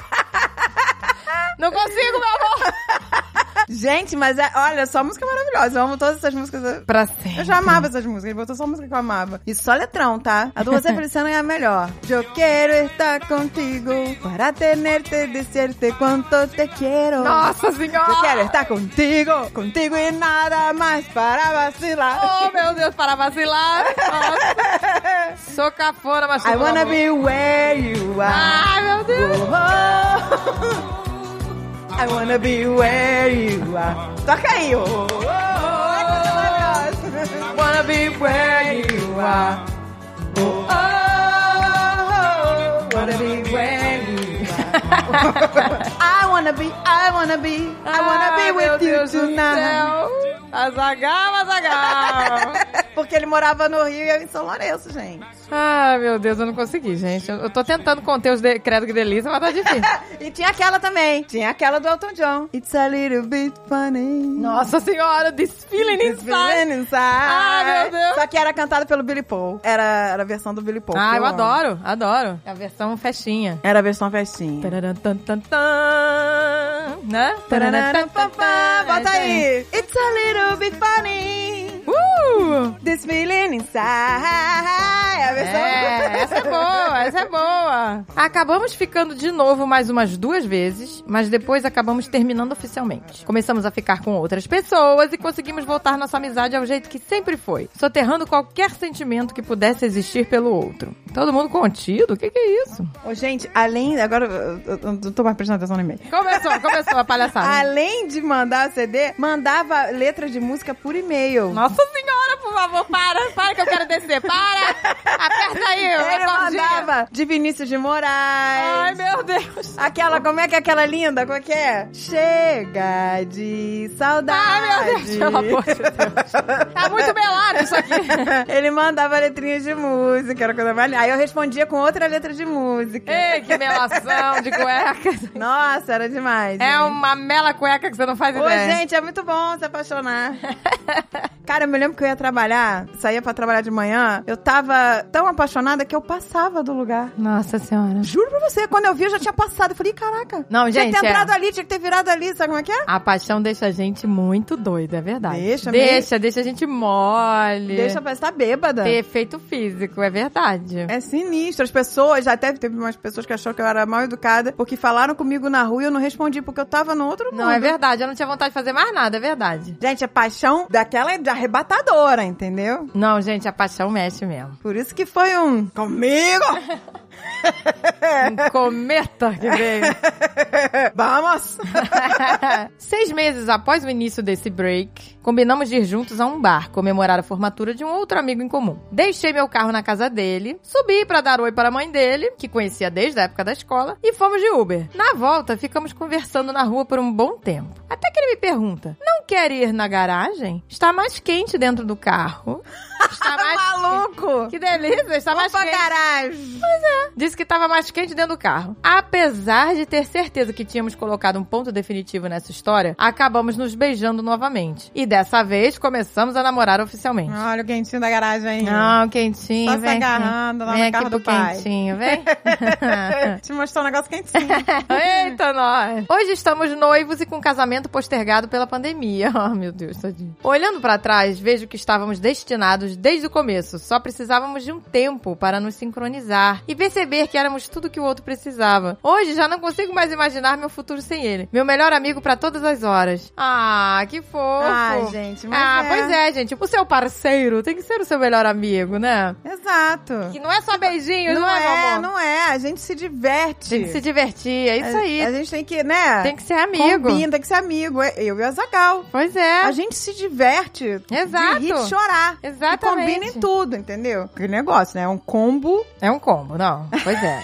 A: Não consigo, meu amor!
B: Gente, mas é- olha, só música maravilhosa. Eu amo todas essas músicas.
A: Pra
B: Eu
A: sempre.
B: já amava essas músicas, ele botou só música que eu amava. E só letrão, tá? A do José Feliciano é a melhor. Eu quero estar contigo para tenerte, decirte quanto te quero.
A: Nossa
B: Eu quero
A: senhora!
B: estar contigo, contigo e nada mais para vacilar.
A: Oh, meu Deus, para vacilar! Nossa. Sou cafona, mas tô
B: I
A: com
B: wanna
A: amor.
B: be where you are.
A: Ai, meu Deus!
B: Oh, I wanna be where you are. Toca aí, oh. oh, oh. Ai, coisa maravilhosa. I wanna be where you are. Oh, oh, oh, oh. wanna be where you are. I wanna be, I wanna be, I wanna
A: Ai,
B: be
A: meu
B: with you
A: Deus do
B: tonight.
A: céu. Azagal, Azagal!
B: (laughs) Porque ele morava no Rio e eu em São Lourenço, gente.
A: Ah, meu Deus, eu não consegui, gente. Eu, eu tô tentando conter os de... credo que delícia, mas tá difícil.
B: E tinha aquela também. Tinha aquela do Elton John. It's a little bit funny.
A: Nossa senhora, this feeling
B: It's
A: inside.
B: feeling inside.
A: Ah, meu Deus.
B: Só que era cantada pelo Billy Paul. Era, era a versão do Billy Paul.
A: Ah,
B: que
A: eu
B: amo.
A: adoro, adoro. É a versão festinha.
B: Era a versão festinha.
A: Tararam, tan, tan, tan, né? Tararam, tan, tan, tan. é
B: Bota aí. It's a little bit funny.
A: Uh!
B: This feeling inside. É a versão.
A: É, essa é boa, essa é boa. Acabamos ficando de novo mais umas duas vezes, mas depois acabamos terminando oficialmente. Começamos a ficar com outras pessoas e conseguimos voltar nossa amizade ao jeito que sempre foi, soterrando qualquer sentimento que pudesse existir pelo outro. Todo mundo contido? O que, que é isso?
B: (laughs) Ô, gente, além. Agora eu, eu- eu não tô mais prestando atenção no e-mail.
A: Começou, começou a palhaçada.
B: Além de mandar o CD, mandava letras de música por e-mail.
A: Nossa senhora, por favor, para, para que eu quero descer, para! Aperta aí, eu
B: Ele mandava de Vinícius de
A: Ai,
B: Moraes.
A: meu Deus!
B: Aquela, como é que é aquela linda? Qual que é? Chega de saudade.
A: Ai, meu Deus, pelo amor de Deus. Tá muito melado isso aqui.
B: (laughs) Ele mandava letrinhas de música, era coisa mais linda. Aí eu respondia com outra letra de música.
A: Ei, que melação de cueca.
B: Nossa, era demais.
A: É
B: né?
A: uma mela cueca que você não faz
B: Ô,
A: ideia.
B: gente, é muito bom
A: (laughs)
B: se apaixonar. Cara, eu me lembro que eu ia trabalhar, saía pra trabalhar de manhã, eu tava tão apaixonada que eu passava do lugar.
A: Nossa senhora.
B: Juro pra você, quando eu vi, eu já tinha passado. Eu falei, caraca.
A: Não,
B: tinha
A: gente,
B: que ter
A: é.
B: entrado ali, tinha que ter virado ali, sabe como é que é?
A: A paixão deixa a gente muito doida, é verdade.
B: Deixa mesmo.
A: deixa, deixa a gente mole.
B: Deixa pra estar bêbada.
A: ter efeito físico, é verdade.
B: É sinistro. As pessoas, já até teve umas pessoas que achou que eu era mal educada, porque falaram comigo na rua e eu não respondi, porque eu tava no outro mundo.
A: Não, é verdade, eu não tinha vontade de fazer mais nada, é verdade.
B: Gente, a paixão daquela é de arrebatadora, entendeu?
A: Não, gente, a paixão mexe mesmo.
B: Por isso que foi um comigo!
A: Um cometa que veio.
B: É,
A: (laughs)
B: Vamos!
A: Seis meses após o início desse break, combinamos de ir juntos a um bar comemorar a formatura de um outro amigo em comum. Deixei meu carro na casa dele, subi pra dar oi para a mãe dele, que conhecia desde a época da escola, e fomos de Uber. Na volta, ficamos conversando na rua por um bom tempo. Até que ele me pergunta: Não quer ir na garagem? Está mais quente dentro do carro. Está mais.
B: (laughs) Maluco!
A: Que delícia, está mais
B: Opa,
A: quente.
B: garagem!
A: Disse que estava mais quente dentro do carro. Apesar de ter certeza que tínhamos colocado um ponto definitivo nessa história, acabamos nos beijando novamente. E dessa vez começamos a namorar oficialmente.
B: Olha o quentinho da garagem.
A: Não, quentinho,
B: Ah, Só se
A: vem aqui.
B: agarrando lá
A: vem
B: no
A: aqui
B: carro
A: pro
B: do pai.
A: quentinho,
B: (laughs)
A: vem.
B: Te mostrou um (laughs) negócio quentinho.
A: Eita, nós! Hoje estamos noivos e com casamento postergado pela pandemia. pandemia. (laughs) Ah, meu Deus, tadinho. Olhando pra trás, vejo que estávamos destinados desde o começo. Só precisávamos de um tempo para nos sincronizar e perceber que éramos tudo que o outro precisava. Hoje já não consigo mais imaginar meu futuro sem ele. Meu melhor amigo pra todas as horas. Ah, que fofo.
B: Ai, gente, mas
A: ah,
B: é.
A: pois é, gente. O seu parceiro tem que ser o seu melhor amigo, né?
B: Exato.
A: Que não é só beijinho, não,
B: não
A: é, meu
B: é,
A: amor?
B: não é. A gente se diverte.
A: Tem que se divertir, é isso
B: A-
A: aí.
B: A, gente tem que, né?
A: Tem que ser amigo.
B: Combina, tem que ser amigo. É Eu e a Zagal.
A: Pois é.
B: A gente se diverte.
A: Exato.
B: De rir e chorar.
A: Exatamente.
B: E combina em tudo, entendeu? Aquele negócio, né? É um combo. (laughs)
A: É um combo, não. Pois é.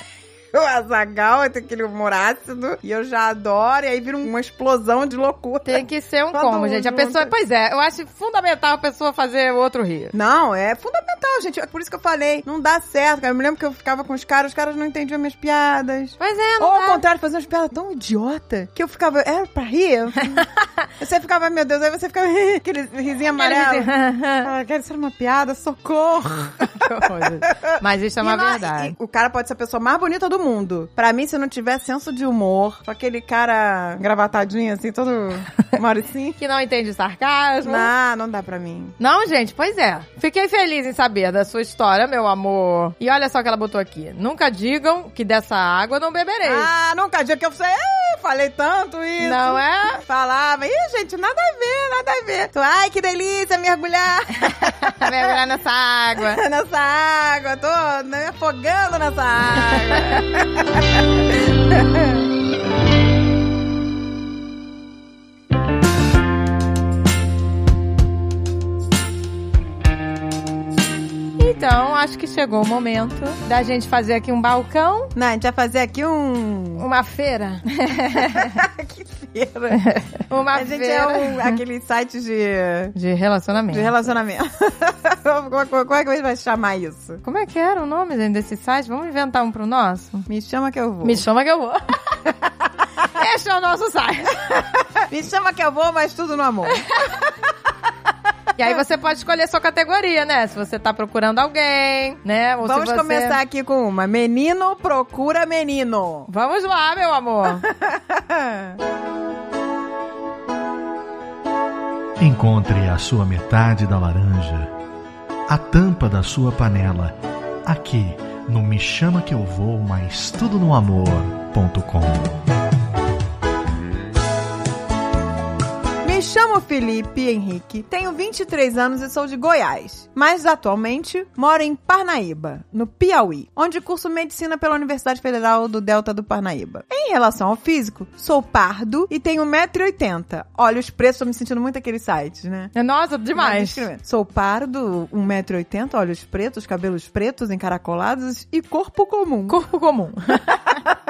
B: O Azagal tem aquele humor ácido. E eu já adoro. E aí vira uma explosão de loucura.
A: (laughs) Tem que ser um
B: Todo
A: combo,
B: mundo
A: gente. A pessoa.
B: junto.
A: Pois é, eu acho fundamental a pessoa fazer o outro rir.
B: (laughs) Não, é fundamental, gente. É por isso que eu falei. Não dá certo, cara. Eu me lembro que eu ficava com os caras, os caras não entendiam minhas piadas.
A: Pois é,
B: Ou
A: não
B: ao
A: dá.
B: contrário, fazer umas piadas tão idiota que eu ficava, era pra rir?
A: (laughs)
B: você ficava, meu Deus, aí você ficava, (laughs) aquele risinho amarelo. Ah, cara, isso era uma piada, socorro.
A: (laughs) Mas isso é
B: E
A: uma
B: não-
A: verdade.
B: e o cara pode ser a pessoa mais bonita do mundo. Pra mim, se não tiver senso de humor, só aquele cara gravatadinho assim, (laughs) todo mauricinho.
A: Que não entende sarcasmo.
B: não, não dá pra mim.
A: Não, gente, pois é. Fiquei feliz em saber da sua história, meu amor. E olha só o que ela botou aqui. Nunca digam que dessa água não beberei.
B: Ah, nunca diga que eu falei, "Ih, falei tanto isso.
A: não (laughs) é?
B: Falava, ih, gente, nada a ver, nada a ver. Tu, ai, que delícia mergulhar (laughs)
A: Mergulhar nessa água.
B: nessa água, tô me afogando nessa água.
A: Então, acho que chegou o momento da gente fazer aqui um balcão,
B: (laughs) Não, a gente vai fazer aqui um.
A: uma feira.
B: (laughs) que (laughs) feira.
A: Uma
B: A gente
A: feira.
B: é um, aquele site de.
A: De relacionamento.
B: De relacionamento. (laughs) como, como- como é que a gente vai chamar isso?
A: Como é que era o nome gente, desse site? Vamos inventar um pro nosso?
B: Me chama que eu vou.
A: Me chama que eu (laughs) vou. Este é o nosso site.
B: Me chama que eu vou, mas tudo
A: (laughs)
B: no amor.
A: E aí você pode escolher sua categoria, né? Se você tá procurando alguém, né? Ou se
B: Vamos
A: você-
B: começar aqui com uma. Menino procura menino.
A: Vamos lá, meu amor.
F: Encontre a sua metade da laranja, a tampa da sua panela, aqui no Me Chama Que Eu Vou, mas tudo no amor.com.
B: Me chamo Felipe Henrique, tenho 23 anos e sou de Goiás, mas atualmente moro em Parnaíba, no Piauí, onde curso medicina pela Universidade Federal do Delta do Parnaíba. Em relação ao físico, sou pardo e tenho 1,80m. Olha os preços, tô me sentindo muito aqueles sites, né?
A: É Nossa,
B: Mas
A: demais.
B: escreve- Sou um pardo, 1,80m, olhos pretos, cabelos pretos, encaracolados e corpo comum.
A: Corpo comum. (laughs)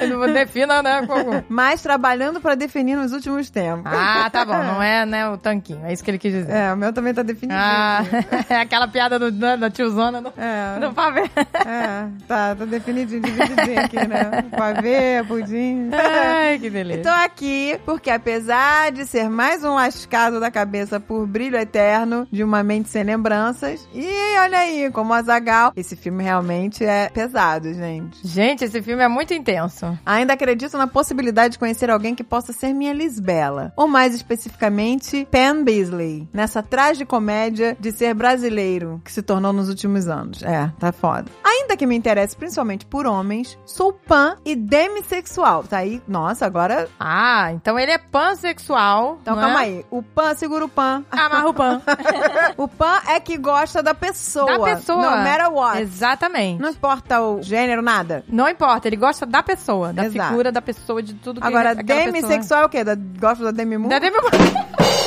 A: Ele Defina, né? Corpo comum.
B: mas trabalhando pra definir nos últimos tempos.
A: Ah, tá bom. Não é, né, o tanquinho. É isso que ele quis dizer.
B: É, o meu também tá definido.
A: Ah, (laughs) é aquela piada do, da, da tiozona no,
B: É.
A: no pavê.
B: É, tá, tá definidinho, divididinho aqui,
A: (laughs)
B: né? Pavê, pudim.
A: Ai, que delícia.
B: Estou aqui porque, apesar de ser mais um lascado da cabeça por brilho eterno de uma mente sem lembranças, e olha aí, como a Zagal, esse filme realmente é pesado, gente.
A: Gente, esse filme é muito intenso.
B: Ainda acredito na possibilidade de conhecer alguém que possa ser minha Lisbela, ou mais especificamente, Pam Beasley, nessa tragicomédia de ser brasileiro que se tornou nos últimos anos. É, tá foda. Ainda que me interesse principalmente por homens, sou pan e demissexual. Tá aí, nossa, agora.
A: Ah, então ele é pansexual.
B: Então
A: não
B: calma
A: é?
B: aí. O pan segura o pan.
A: Amarra o
B: (laughs)
A: pan.
B: O pan é que gosta da pessoa.
A: da pessoa.
B: No matter what.
A: Exatamente.
B: Não
A: Não...
B: importa o gênero, nada.
A: importa, ele gosta da pessoa, da
B: Exato.
A: figura da pessoa, de tudo que
B: Agora,
A: aquela pessoa- né?
B: demissexual é o quê? Da, gosta da Demi Moore?
A: Da Demi Moore.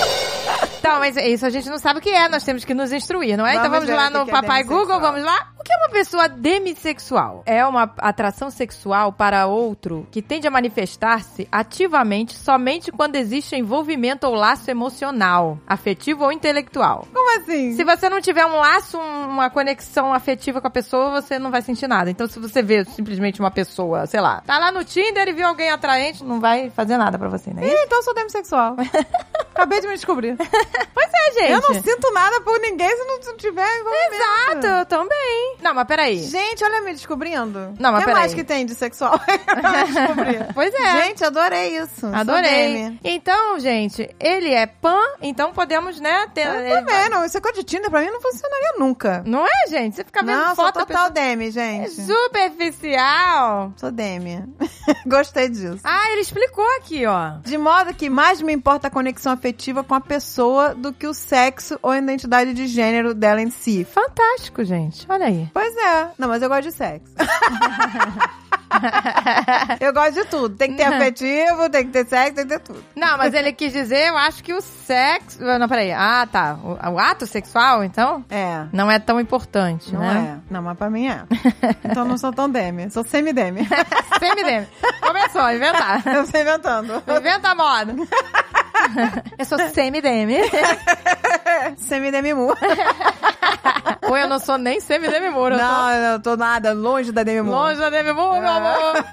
A: Então, mas isso a gente (laughs) não sabe o que é, nós temos que nos instruir, não é? então
B: Vamos
A: vamos
B: ver
A: lá
B: o que
A: no
B: que é
A: Papai
B: demissexual.
A: Google, vamos lá. O que é uma pessoa demissexual? É uma atração sexual para outro que tende a manifestar-se ativamente somente quando existe envolvimento ou laço emocional, afetivo ou intelectual.
B: Como assim?
A: Se você não tiver um laço, um- uma conexão afetiva com a pessoa, você não vai sentir nada. Então, se você vê simplesmente uma pessoa, sei lá, tá lá no Tinder e viu alguém atraente, não vai fazer nada pra você, né? (laughs)
B: Ih, então eu sou demissexual. Acabei de me descobrir.
A: É, gente.
B: Eu não sinto nada por ninguém se não se não tiver envolvimento.
A: Exato, eu também. Não, mas peraí.
B: Gente, olha me descobrindo.
A: Não, mas
B: O que mais
A: peraí.
B: que tem de sexual (laughs) pra me descobrir?
A: Pois é.
B: Gente, adorei isso. Sou
A: Adorei.
B: dele.
A: Então, gente, ele é pan, então podemos, né, ter...
B: Eu também, não. Isso é coisa de Tinder, pra mim não funcionaria nunca.
A: Não é, gente? Você fica vendo
B: Não, sou
A: foto tá da
B: total DM, gente.
A: pessoa- é superficial.
B: Sou DM. (laughs) Gostei disso.
A: Ah, ele explicou aqui, ó.
B: De modo que mais me importa a conexão afetiva com a pessoa do que o sexo ou a identidade de gênero dela em si.
A: Fantástico, gente. Olha aí.
B: Pois é. Não, mas eu gosto de sexo. (laughs) eu gosto de tudo. Tem que ter afetivo, tem que ter sexo, tem que ter tudo.
A: Não, mas ele quis dizer, eu acho que o sexo. Não, peraí. Ah, tá. O, o ato sexual, então,
B: É.
A: não é tão importante,
B: Não
A: né?
B: é. Não, mas pra mim é. Então não sou tão demi. Sou semi-demi. é.
A: Semi-demi. Começou a inventar.
B: (laughs) eu tô inventando.
A: Inventa a
B: (laughs)
A: moda. Eu sou semi-demi.
B: Semi-demi mu.
A: Ou eu não sou nem semi-demi muro. eu
B: Não, eu tô nada longe da demi
A: sou
B: mu.
A: longe da demi muro, meu amor.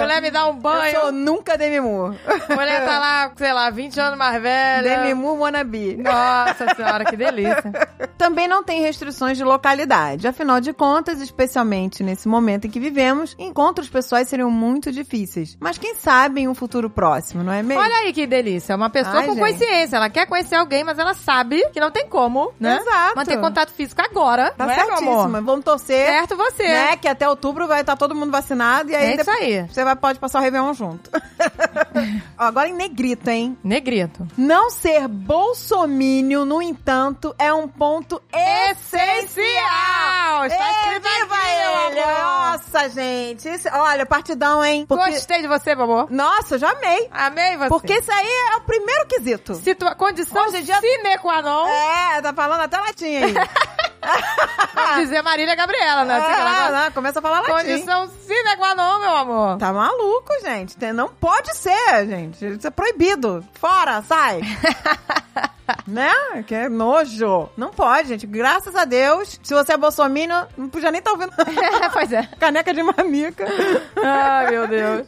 A: Mulher me dá um
B: Eu sou
A: banho.
B: nunca demi mu.
A: Mulher tá lá, sei lá, 20 anos mais velha.
B: Demi mu wannabe.
A: Nossa senhora, que delícia.
B: Também não tem restrições de localidade. Afinal de contas, especialmente nesse momento em que vivemos, encontros pessoais seriam muito difíceis. Mas quem sabe em um futuro próximo, não é mesmo?
A: Olha aí que delícia. Uma pessoa
B: Ai,
A: com
B: gente.
A: consciência. Ela quer conhecer alguém, mas ela sabe que não tem como, né?
B: Exato.
A: Manter contato físico agora.
B: tá
A: não é, meu amor?
B: certíssima. Vamos torcer,
A: Certo você.
B: né? Que até outubro vai estar todo mundo vacinado e aí
A: É isso
B: depois
A: aí.
B: você vai, pode passar o Réveillon junto. (laughs) Ó, Agora em negrito, hein?
A: Negrito.
B: Não ser bolsomínio, no entanto, é um ponto essencial.
A: Essencial! Está
B: Ei,
A: escrito aqui,
B: viva
A: meu
B: ele!
A: amor.
B: Nossa, gente. Isso- olha, partidão, hein? Porque-
A: Gostei de você, meu amor.
B: Nossa, eu já amei.
A: Amei você.
B: Porque isso aí é o primeiro quesito.
A: Situa condição
B: Hoje em
A: de
B: dia-
A: sine qua non,
B: É, tá falando até latim (laughs) aí.
A: vamos dizer Marília Gabriela, né? Assim que ela
B: Ah,
A: gosta.
B: não, começa a falar latim.
A: Condição sine qua non, meu amor.
B: Tá maluco, gente. Tem- Não pode ser, gente. Isso é proibido. Fora, (laughs) sai. né? Que é nojo. Não pode, gente. Graças a Deus. Se você é bolsominion, não podia nem estar ouvindo
A: (laughs)
B: (laughs)
A: pois é.
B: caneca de (laughs) mamica.
A: Ai, meu Deus.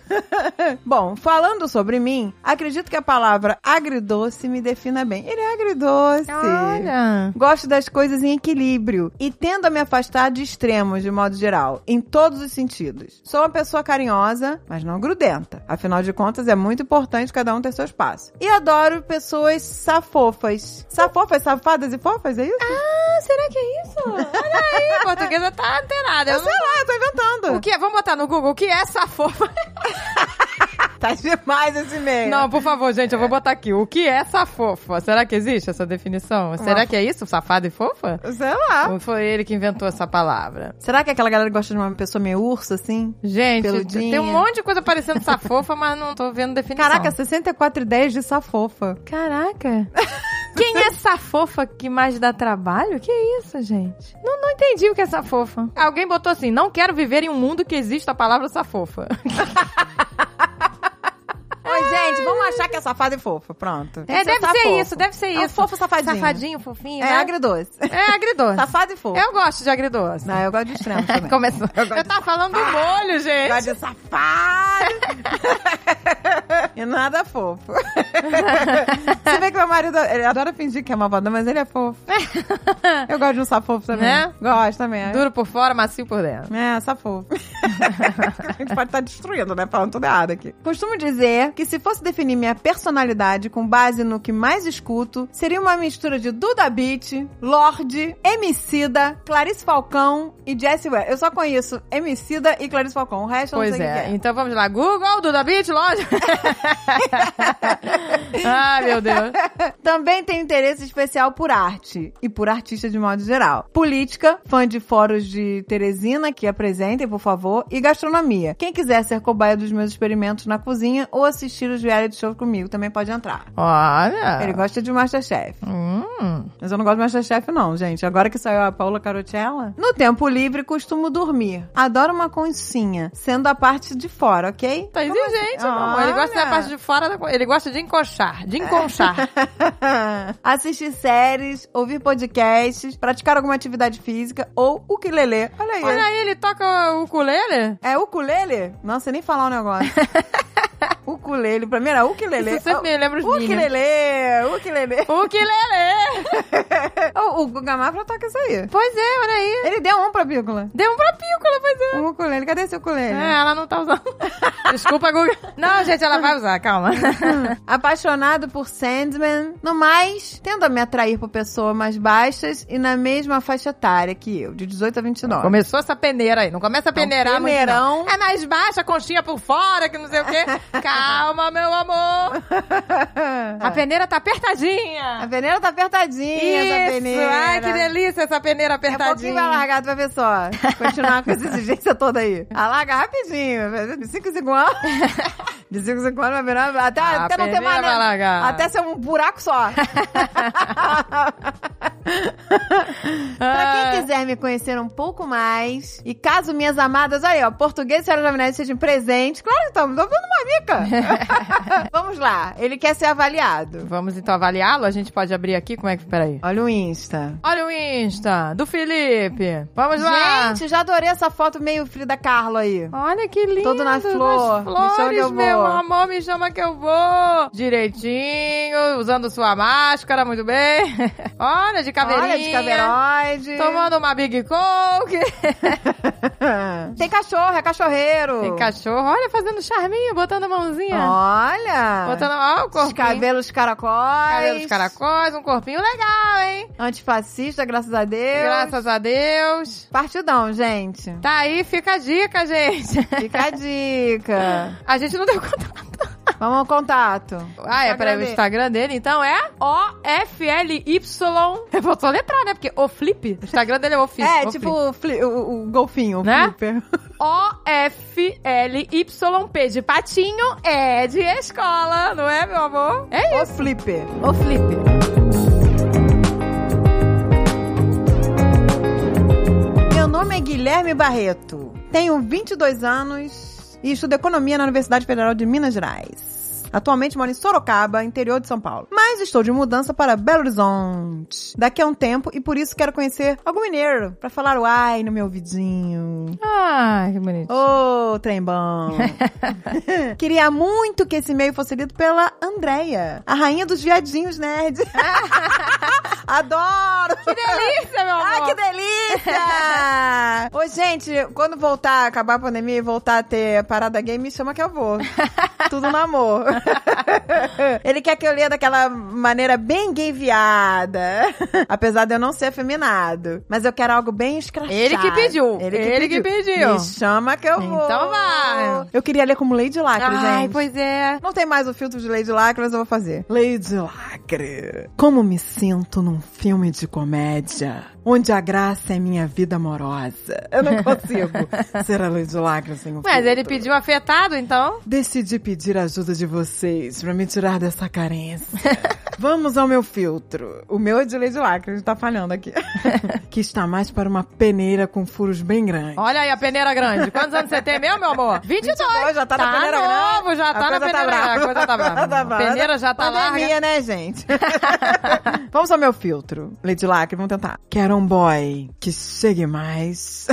B: Bom, falando sobre mim, acredito que a palavra agridoce me defina bem. Ele é agridoce.
A: Olha.
B: Gosto das coisas em equilíbrio e tendo a me afastar de extremos de modo geral, em todos os sentidos. Sou uma pessoa carinhosa, mas não grudenta. Afinal de contas, é muito importante cada um ter seu espaço. E adoro pessoas safofas. Safofas, safadas e fofas, é isso?
A: Ah, será que é isso? Olha aí, portuguesa tá antenada. Eu
B: Sei lá, eu tô
A: (laughs)
B: inventando.
A: não... O que é? Vamos botar no Google. O que é essa fofa?
B: Tá demais esse meio.
A: Não, por favor, gente, eu vou botar aqui. O que é essa fofa? Será que existe essa
B: Ah.
A: definição? Será que é isso, safada e fofa?
B: Sei lá.
A: Ou foi ele que inventou essa palavra?
B: Será que aquela galera gosta de uma pessoa meio ursa, assim?
A: Gente,
B: Peludinha.
A: tem um monte de coisa parecendo safofa, mas não tô vendo definição.
B: Caraca, 64 ideias de safofa.
A: Caraca. (laughs) Quem é essa fofa que mais dá trabalho? Que isso, gente? Não, não entendi o que é essa fofa. Alguém botou assim: não quero viver em um mundo que exista a palavra safofa.
B: (laughs) Oi, gente, vamos achar que é safada e fofa. Pronto. Tem
A: É,
B: que
A: deve ser
B: safofo.
A: isso, deve ser
B: É um
A: isso.
B: fofo safadinho. Tá
A: Safadinho, fofinho.
B: É
A: né?
B: agridoce.
A: É agridoce.
B: Safado e fofo.
A: Eu gosto de agridoce.
B: Não, eu gosto de (laughs) extremo
A: (laughs)
B: também.
A: Começou. Eu, tava falando
B: Ah.
A: do molho, gente.
B: Gosto de (laughs) safado. e nada fofo. Você vê que meu marido, ele adora fingir que é malvado, mas ele é (laughs) fofo. Eu gosto de um safofo também.
A: Né?
B: Gosto
A: (laughs)
B: também.
A: Duro por fora, macio por dentro.
B: É, safou. (laughs) a gente pode estar destruindo, né? Falando tudo errado aqui. Costumo dizer que se fosse definir minha personalidade com base no que mais escuto, seria uma mistura de Duda Beat, Lorde, Emicida, Clarice Falcão e Jessie Ware. Eu só conheço Emicida e Clarice Falcão. O resto eu
A: Pois
B: não sei
A: é.
B: quem que
A: Então vamos lá. Google, Duda Beat, loja. Ai, meu Deus.
B: é. Também tenho interesse especial por arte e por artista de modo geral. Política, fã de fóruns de Teresina, que apresentem, por favor, e gastronomia. Quem quiser ser cobaia dos meus experimentos na cozinha ou assistir os reality shows comigo também pode entrar.
A: Olha.
B: Ele gosta de Masterchef.
A: Hum.
B: Mas eu não gosto de Masterchef, não, gente. Agora que saiu a Paula Carotella. No tempo livre, costumo dormir. Adoro uma concinha, sendo a parte de fora, ok?
A: Tá exigente, meu amor.
B: Olha.
A: Ele gosta da parte de fora da... co- Ele gosta de encoxar, de enconchar.
B: (laughs) Assistir séries, ouvir podcasts, praticar alguma atividade física ou ukulele. Olha aí.
A: Olha aí, ele toca o ukulele. (laughs)
B: É ukulele? Nossa, eu nem falar o negócio. ukulele. Pra mim era ukulele. Ah,
A: Isso sempre me lembra os
B: Ukulele, ukulele. (laughs) Oh,
A: O que lelê!
B: O, o Guga Mafra toca isso aí.
A: Pois é, olha aí.
B: Ele deu um pra Bícola.
A: Deu um pra pícola, pois é.
B: O ukulele, cadê esse ukulele?
A: É, ela não tá usando. Desculpa, Guga. Não, gente, ela vai usar, calma.
B: (laughs) Apaixonado por Sandman, no mais, tendo a me atrair por pessoas mais baixas e na mesma faixa etária que eu, de 18 a 29.
A: Começou essa peneira aí. Não começa a peneirar muito,
B: Então, peneirão.
A: é? não. É mais baixa, conchinha por fora, que não sei o
B: (laughs)
A: quê. Calma, meu amor.
B: Ah.
A: A peneira tá
B: A
A: apertadinha.
B: peneira tá apertadinha, essa peneira.
A: Ai, que delícia essa peneira
B: Daqui a pouquinho
A: apertadinha.
B: vai largar, tu vai ver só. Continuar com essa exigência toda aí. Alarga rapidinho. De 5 em
A: (laughs)
B: 5 anos. De 5 em 5 anos vai virar. Até,
A: A
B: até não
A: Ah,
B: ter
A: peneira
B: mais.
A: vai
B: nada.
A: largar.
B: Até ser um
A: (laughs)
B: buraco só.
A: Ah.
B: pra quem quiser me conhecer um pouco mais. E caso minhas amadas. Aí, ó. Português e Senhora Jovenete sejam presentes. Claro que estamos. Tô dando uma
A: (laughs)
B: mica. Vamos lá. Ele quer ser avaliado.
A: Vamos então avaliá-lo? A gente pode abrir aqui? Como é que. Peraí.
B: Olha o Insta.
A: Olha o Insta do Felipe. Vamos lá.
B: Gente, já adorei essa foto meio Frida Kahlo aí.
A: Olha que lindo.
B: Todo na
A: nas
B: flor. Me chama
A: flores,
B: que eu vou.
A: meu amor, me chama que eu vou. Direitinho, usando sua máscara, muito bem. (laughs) Olha, de caveirinha.
B: Olha, de caveroide.
A: Tomando uma Big Coke.
B: (laughs) Tem cachorro, é cachorreiro.
A: Tem cachorro. Olha, fazendo charminho, botando a mãozinha.
B: Olha.
A: Botando ó, o
B: Os
A: corpinho.
B: cabelos caracóis.
A: Cabelos caracóis, um corpinho legal, hein?
B: Antifascista, graças a Deus.
A: Graças a Deus.
B: Partidão, gente.
A: Tá aí, fica a dica, gente.
B: Fica a
A: (laughs)
B: dica.
A: A gente não deu contato.
B: Vamos ao contato.
A: Ah, é,
B: Instagram
A: peraí, o
B: dele.
A: Instagram dele, então é O-F-L-Y. Eu vou só letrar, né? Porque o Flip, o Instagram
B: (laughs)
A: dele é o Flip.
B: é,
A: o
B: tipo
A: Flip.
B: o, fli- o- o golfinho, o
A: Né?
B: flipper.
A: O-F-L-Y-P de patinho é de escola, não é, meu amor? É
B: O flipper.
A: o Flip.
B: Meu nome é Guilherme Barreto. Tenho 22 anos e estudo economia na Universidade Federal de Minas Gerais. Atualmente moro em Sorocaba, interior de São Paulo. Mas estou de mudança para Belo Horizonte daqui a um tempo e por isso quero conhecer algum mineiro para falar o ai no meu ouvidinho.
A: Ah, que bonito.
B: Ô, trem bom. Queria muito que esse e-mail fosse lido pela Andréia, a rainha dos viadinhos nerd. Adoro!
A: Que delícia, meu
B: Ah,
A: amor.
B: que
A: (laughs)
B: delícia! Ô, gente, quando voltar, acabar a pandemia e voltar a ter parada gay, me chama que eu
A: (laughs)
B: vou. Tudo no amor. Ele quer que eu leia daquela maneira bem gay viada. (laughs) Apesar de eu não ser afeminado. Mas eu quero algo bem escrachado.
A: Ele que pediu. Ele que pediu.
B: Me chama que eu vou.
A: Então vai.
B: Eu queria ler como Lady Lacre,
A: Ai,
B: gente.
A: pois é.
B: Não tem mais o filtro de Lady Lacre, mas eu vou fazer. Lady Lacre. Como me sinto num filme de comédia, onde a graça é minha vida amorosa. Eu não (laughs) consigo ser a Lady Lacre sem o
A: Mas
B: filtro.
A: ele pediu afetado, então.
B: Decidi pedir a ajuda de vocês pra me tirar dessa carência. (laughs) Vamos ao meu filtro. O meu é de Lady Lacre, a gente tá falhando (laughs) aqui. que está mais para uma peneira com furos bem grandes.
A: Olha aí a peneira grande. Quantos anos você tem mesmo, meu
B: (laughs)
A: amor? 22.
B: 22, já tá na peneira grande.
A: novo, já
B: A
A: tá na
B: coisa
A: peneira
B: brava.
A: grande. A
B: (laughs)
A: coisa tá brava.
B: Tá
A: A peneira já tá
B: Pandemia,
A: larga.
B: né, gente? (laughs) vamos ao meu filtro. Lady Lacre, vamos tentar. Quero um boy que chegue mais.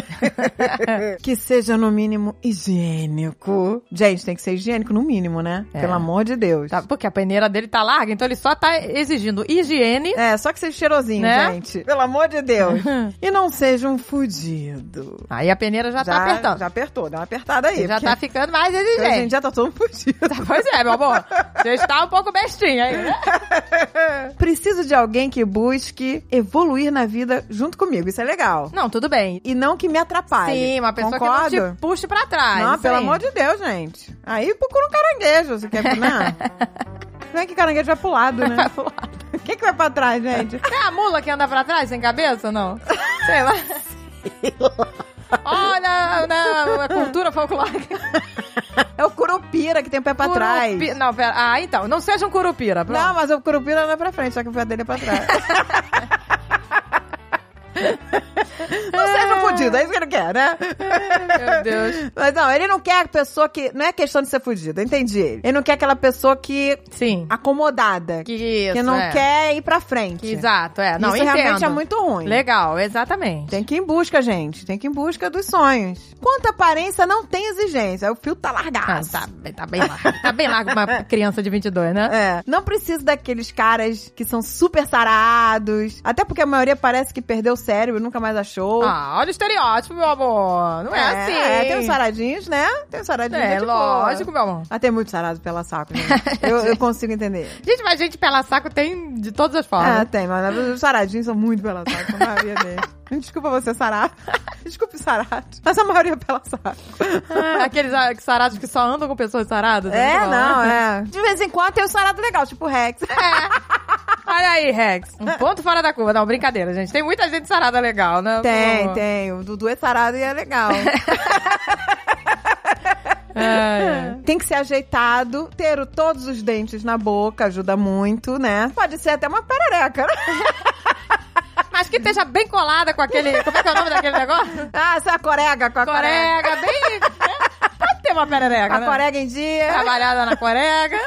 B: (laughs) que seja, no mínimo, higiênico. Gente, tem que ser higiênico, no mínimo, né?
A: É.
B: Pelo amor de Deus.
A: Tá, porque a peneira dele tá larga, então ele só tá exigindo higiene.
B: É, só que seja cheirosinho,
A: Né?
B: gente. Pelo amor
A: (laughs)
B: de Deus. e não seja um fudido.
A: Aí a peneira já, tá apertando.
B: Já
A: Já,
B: apertou, dá uma apertada aí. porque
A: tá ficando mais
B: Hoje em
A: exigente.
B: dia tá todo fudido.
A: (laughs) Pois é, meu amor. Você está um pouco bestinha aí, né?
B: Preciso de alguém que busque evoluir na vida junto comigo. Isso é legal.
A: Não, tudo bem.
B: E não que me atrapalhe.
A: Sim, uma pessoa
B: Concordo?
A: que é não te puxe pra trás.
B: Não,
A: isso
B: pelo
A: aí.
B: amor de Deus, gente. Aí procura um caranguejo, se quer né? Não é que caranguejo vai pro lado, né? Vai pro lado. (laughs) Quem que vai pra trás, gente?
A: É a mula que anda pra trás sem cabeça, não? Sei lá.
B: (laughs)
A: Olha, na, na cultura folclórica.
B: É o curupira que tem o pé pra trás.
A: Curupi- Não, pera. Ah, então. Não seja um curupira. Pronto.
B: Não, mas o curupira não é pra frente, só que o pé dele é pra trás. Não seja fudido, é isso que ele quer, né?
A: Meu Deus.
B: Mas não, ele não quer pessoa que. Não é questão de ser fudido, eu entendi ele. Ele não quer aquela pessoa que.
A: Sim.
B: acomodada.
A: Que isso,
B: que não
A: é.
B: quer ir pra frente.
A: Que Exato, é. Não,
B: Isso realmente
A: entendo.
B: é muito ruim.
A: Legal, exatamente.
B: Tem que ir em busca, gente. Tem que ir em busca dos sonhos. Quanto à aparência, não tem exigência. O fio tá largado.
A: Ah, tá, bem- tá bem largo. Tá bem largo pra uma criança de 22, né?
B: É. Não precisa daqueles caras que são super sarados. Até porque a maioria parece que perdeu o cérebro e nunca mais achou.
A: Ah, olha o estereótipo, meu amor. Não é, assim.
B: É, tem uns saradinhos, né? Tem uns saradinhos.
A: É,
B: de boa.
A: lógico, meu amor.
B: Ah, tem muito sarado pela
A: (laughs)
B: saco, gente. eu, eu consigo entender.
A: Gente, mas gente pela saco tem de todas as
B: Ah,
A: formas.
B: tem, mas os saradinhos são muito pela saco, a maioria (laughs) deles. Desculpa você, sarado. (laughs) Desculpe, sarado. Mas a maioria é pela saco.
A: Ah, Aqueles ah, sarados que só andam com pessoas saradas. né?
B: É,
A: Sei lá.
B: não, é. De vez em quando tem um sarado legal, tipo o Rex.
A: Olha aí, Rex. Um ponto fora da curva. Não, brincadeira, gente. Tem muita gente sarada legal, né?
B: (laughs) Tem,
A: Pô.
B: tem. O Dudu é sarado e é legal.
A: É,
B: (laughs) tem que ser ajeitado, ter o- todos os dentes na boca, ajuda muito, né? Pode ser até uma perereca. né?
A: é. Mas que esteja bem colada com aquele. Como é que é o nome daquele negócio?
B: ah, essa é a corega com a corega.
A: Corega, bem. né? Pode ter uma perereca,
B: A
A: né?
B: corega em dia.
A: Trabalhada na corega.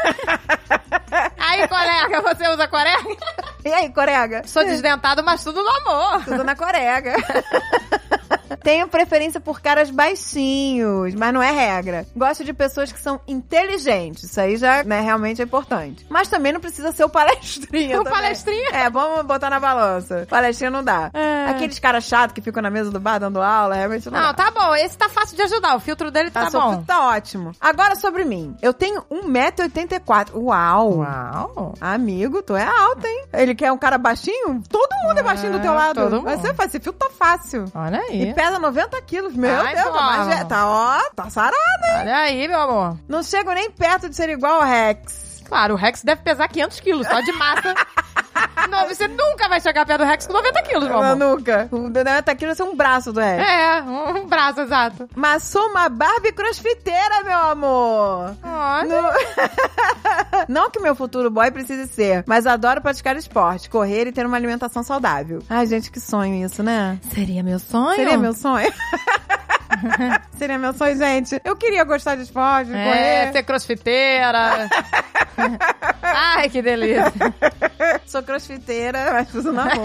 A: Aí, corega, você usa corega?
B: E aí, corega?
A: Sou desdentado, mas tudo no amor.
B: Tudo na corega. (laughs) Tenho preferência por caras baixinhos, mas não é regra. Gosto de pessoas que são inteligentes. Isso aí já né, realmente é importante. Mas também não precisa ser o
A: (laughs)
B: palestrinha.
A: O
B: também.
A: palestrinha?
B: É, vamos botar na balança. Palestrinha não dá.
A: É.
B: Aqueles caras chatos que ficam na mesa do bar dando aula, realmente não,
A: Não,
B: dá.
A: tá bom. Esse tá fácil de ajudar. O filtro dele tá,
B: Ah, seu
A: bom.
B: filtro tá ótimo. Agora sobre mim. Eu tenho 1,84m. Uau!
A: Uau.
B: Amigo, tu é alto, hein? Ele quer um cara baixinho? Todo mundo é baixinho do teu
A: Ah,
B: lado.
A: todo
B: Mas
A: mundo.
B: Você faz, esse filtro tá fácil.
A: Olha
B: E
A: aí.
B: pesa 90 quilos, meu
A: É. Ai,
B: Deus, tá,
A: Paulo.
B: mais- tá, ó, tá sarada, hein?
A: Olha aí, meu amor.
B: Não chego nem perto de ser igual ao Rex.
A: Claro, o Rex deve pesar 500 quilos só de
B: (laughs)
A: massa. Não, você nunca vai chegar perto do Rex com 90 quilos, meu
B: Não,
A: amor.
B: nunca. O 90 quilos é um braço do Rex.
A: Tá É, um braço, exato.
B: Mas sou uma Barbie crossfiteira, meu amor.
A: Olha.
B: No- (laughs) Não que meu futuro boy precise ser, mas adoro praticar esporte, correr e ter uma alimentação saudável. Ai, gente, que sonho isso, né?
A: Seria meu sonho?
B: Seria meu sonho? (laughs) Seria meu sonho, gente. Eu queria gostar de esporte, de
A: É,
B: correr.
A: ser
B: (laughs)
A: crossfiteira. Ai, que delícia.
B: Sou crossfiteira, mas uso na
A: (laughs)
B: mão.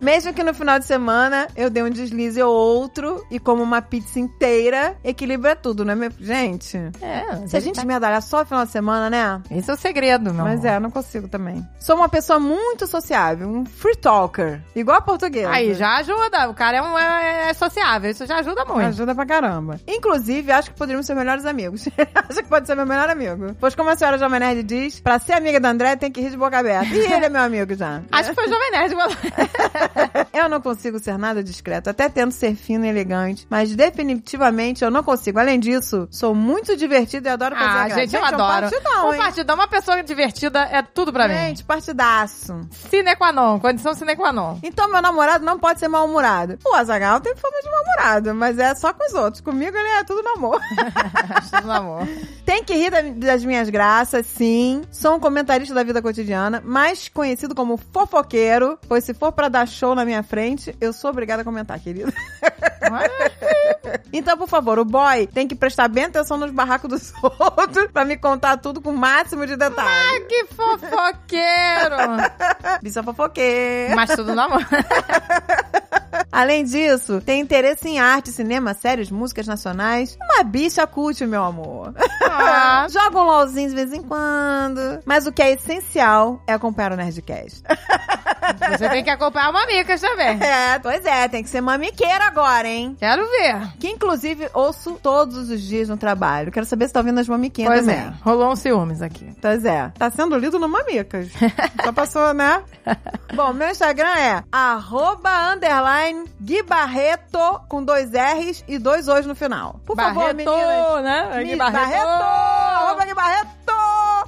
B: Mesmo que no final de semana eu dê um deslize ou outro e como uma pizza inteira, equilibra tudo, né, minha... Gente,
A: É,
B: se a gente medalhar só no final de semana, né?
A: Esse é o segredo, meu
B: Mas
A: amor.
B: é, não consigo também. Sou uma pessoa muito sociável, um free talker, igual a portuguesa.
A: Aí, já ajuda. O cara é, um, é, é sociável. Isso já ajuda muito.
B: Ajuda pra caramba. Inclusive, acho que poderíamos ser melhores amigos. (laughs) acho que pode ser meu melhor amigo. Pois como a senhora Jovem Nerd diz, pra ser amiga da André tem que rir de boca aberta. E ele é meu
A: (laughs)
B: amigo já.
A: Acho que foi o Jovem Nerd. que falou.
B: Eu não consigo ser nada discreto, até tento ser fino e elegante, mas definitivamente eu não consigo. Além disso, sou muito divertida e adoro fazer
A: ah,
B: graça.
A: gente, eu adoro.
B: É um partidão,
A: um
B: hein?
A: partidão, uma pessoa divertida é tudo pra mim.
B: Gente, partidaço.
A: Sine qua non, condição sine qua non. (laughs)
B: Então, meu namorado não pode ser mal-humorado. O Azagal tem fama de mal-humorado, mas é só com os outros. Comigo ele é tudo no amor. (laughs)
A: Tudo no amor.
B: Tem que rir da- das minhas graças, sim. Sou um comentarista da vida cotidiana, mais conhecido como fofoqueiro, pois se for pra dar show na minha frente, eu sou obrigada a comentar, querido.
A: é?
B: então, por favor, o boy tem que prestar bem atenção nos barracos dos (laughs) outros pra me contar tudo com o máximo de detalhe.
A: que
B: (laughs)
A: fofoqueiro!
B: Bicha é fofoqueira.
A: Mas tudo no amor.
B: Além disso, tem interesse em arte, cinema, séries, músicas nacionais. Uma bicha cult, meu amor.
A: Ah,
B: Joga um LOLzinho de vez em quando. Mas o que é essencial é acompanhar o Nerdcast. (laughs)
A: Ah, você tem que acompanhar uma Micas também.
B: É, pois é, tem que ser mamiqueira agora, hein?
A: Quero ver.
B: Que inclusive ouço todos os dias no trabalho. Quero saber se tá ouvindo as mamiquinhas
A: Pois
B: também.
A: é, rolou um ciúmes aqui.
B: Pois é. Tá sendo lido no Mamicas. Só passou,
A: (laughs)
B: né? Bom, meu Instagram é arroba underline Gui Barreto com dois R's e dois O's no final. Por favor,
A: Barreto,
B: meninas.
A: né?
B: Me-
A: Gui
B: Barreto! Arroba Gui Barreto!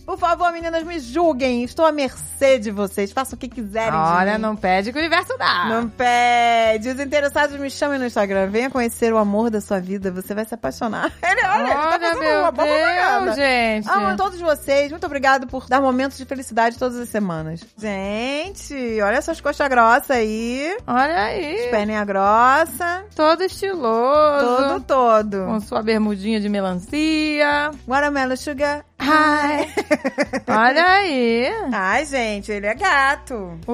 B: Por favor, meninas, me julguem. Estou à mercê de vocês. Façam o que quiserem. de
A: Olha,
B: mim.
A: não pede que o universo dá.
B: Não pede. Os interessados me chamem no Instagram. Venha conhecer o amor da sua vida. Você vai se apaixonar. (laughs) Ele, olha, tá
A: Olha,
B: fazendo
A: meu
B: uma boa propaganda. Ah,
A: Deus, gente.
B: Amo todos vocês. Muito obrigado por dar momentos de felicidade todas as semanas. Gente, olha essas costas grossas aí.
A: Olha aí.
B: Perninha grossa.
A: Todo estiloso.
B: Todo, todo.
A: Com sua bermudinha de melancia.
B: Watermelon Sugar.
A: Ai. Olha aí.
B: Ai, gente, ele é gato.
A: O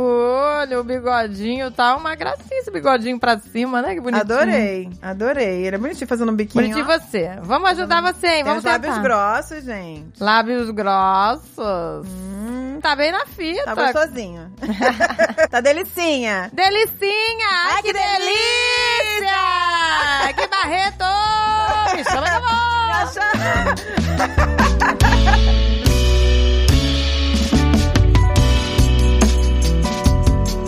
A: olho, o bigodinho, tá uma gracinha esse bigodinho pra cima, né? Que bonitinho.
B: Adorei, adorei. Ele é bonitinho fazendo um biquinho.
A: Bonitinho você. Vamos ajudar você, hein?
B: Tem
A: Vamos
B: os lábios
A: tentar.
B: grossos, gente.
A: Lábios grossos.
B: Hum,
A: Tá bem na fita.
B: tá gostosinho. (laughs) tá delicinha.
A: Delicinha! Ai, que,
B: que
A: delícia! que
B: (laughs)
A: barreto! Me chama de amor!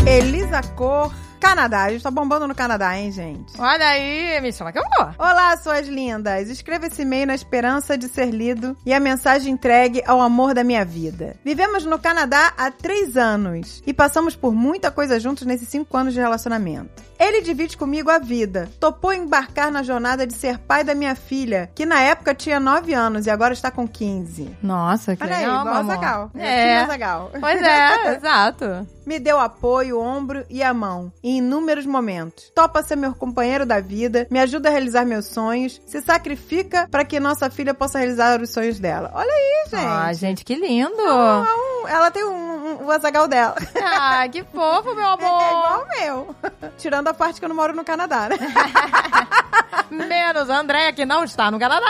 B: Elisa Cor, Canadá. A gente tá bombando no Canadá, hein, gente?
A: Olha aí, me chama que amor!
B: Olá, suas lindas! Escreva esse e-mail na esperança de ser lido e a mensagem entregue ao amor da minha vida. Vivemos no Canadá há três anos e passamos por muita coisa juntos nesses cinco anos de relacionamento. Ele divide comigo a vida, topou embarcar na jornada de ser pai da minha filha, que na época tinha nove anos e agora está com 15.
A: Nossa, que
B: Olha aí,
A: legal,
B: igual a
A: mamô.
B: Zagal.
A: É.
B: Zagal.
A: Pois
B: (laughs)
A: é, exato.
B: Me deu apoio, ombro e a mão, em inúmeros momentos. Topa ser meu companheiro da vida, me ajuda a realizar meus sonhos, se sacrifica para que nossa filha possa realizar os sonhos dela. Olha aí, gente.
A: Ah, gente, que lindo!
B: Hum, Ela tem um, um, o azagal dela.
A: Ah, que fofo, meu
B: É, é
A: amor!
B: igual o meu. (laughs) Tirando a parte que eu não moro no Canadá, né? (laughs)
A: Menos a Andréia, que não está no Canadá.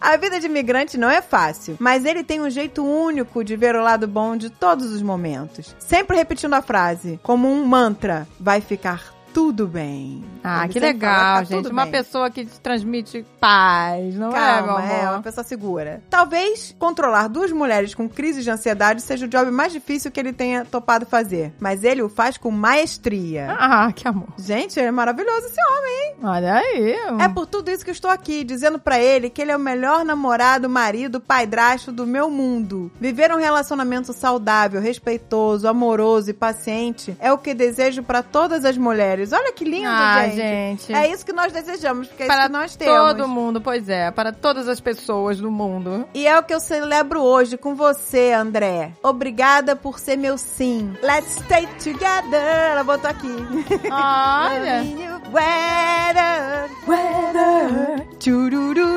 B: A vida de imigrante não é fácil, mas ele tem um jeito único de ver o lado bom de todos os momentos. Sempre repetindo a frase, como um mantra: vai ficar tudo bem.
A: Ah,
B: Ele
A: que
B: sempre fala,
A: legal,
B: "Tá
A: gente.
B: tudo
A: Uma
B: bem."
A: pessoa que te transmite paz, não é, meu
B: Calma,
A: amor?
B: é, uma pessoa segura. Talvez controlar duas mulheres com crise de ansiedade seja o job mais difícil que ele tenha topado fazer. Mas ele o faz com maestria.
A: Ah, que amor.
B: Gente, ele é maravilhoso esse homem, hein?
A: Olha aí.
B: É por tudo isso que eu estou aqui, dizendo pra ele que ele é o melhor namorado, marido, padrasto do meu mundo. Viver um relacionamento saudável, respeitoso, amoroso e paciente é o que desejo pra todas as mulheres. Olha que lindo,
A: ah,
B: gente.
A: gente.
B: É isso que nós desejamos, porque é isso
A: para
B: que nós temos.
A: todo mundo, pois é, para todas as pessoas do (laughs) mundo.
B: E é o que eu celebro hoje com você, André. Obrigada por ser meu sim. Let's stay together. Ela botou aqui. (laughs)
A: Olha.
B: Weather, weather.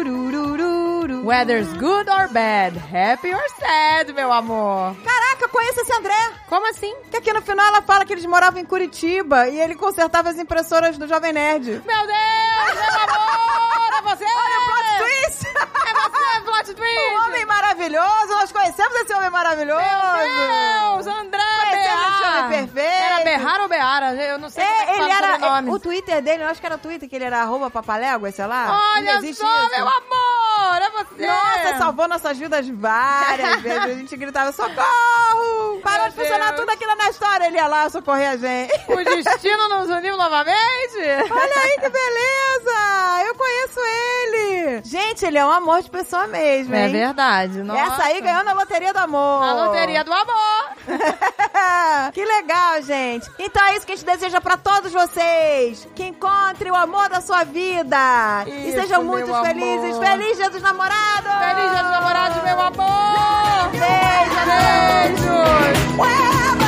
B: Tchururururururu.
A: Whether's good or bad, happy or sad, meu amor.
B: Caraca, eu conheço esse André.
A: Como assim?
B: Que aqui no final ela fala que eles moravam em Curitiba e ele consertava as impressoras do Jovem Nerd.
A: Meu Deus, meu amor, é você! Olha
B: Twist!
A: É você, plot
B: Um
A: twist!
B: (laughs) homem maravilhoso. Nós conhecemos esse homem maravilhoso.
A: Meu Deus, André
B: Conhecemos esse
A: Berrar!
B: homem perfeito.
A: Era Berrar ou Berara? Eu não sei como é que
B: É, ele
A: fala
B: era.
A: sobrenome.
B: O Twitter dele, eu acho que era Twitter, que ele era arroba papalégua, sei lá. Não
A: Olha
B: existe
A: só,
B: isso.
A: meu amor, é você!
B: Nossa, salvou nossas vidas
A: (laughs)
B: várias vezes. A gente gritava: socorro! Parou
A: Meu
B: de funcionar
A: Deus.
B: tudo aquilo na história. Ele ia lá socorrer a gente. (laughs)
A: O destino nos uniu novamente?
B: Olha aí que beleza! Eu conheço ele! Gente, ele é um amor de pessoa mesmo,
A: É
B: hein?
A: verdade, nossa.
B: Essa aí ganhou na loteria do amor.
A: A loteria do amor.
B: (laughs) que legal, gente. Então é isso que a gente deseja pra todos vocês. Que encontre o amor da sua vida. e
A: Isso,
B: sejam
A: meu
B: muito
A: amor.
B: felizes. Feliz Dia dos Namorados!
A: Feliz dia dos namorados, meu amor.
B: Beijo,
A: Beijos.
B: Ueba!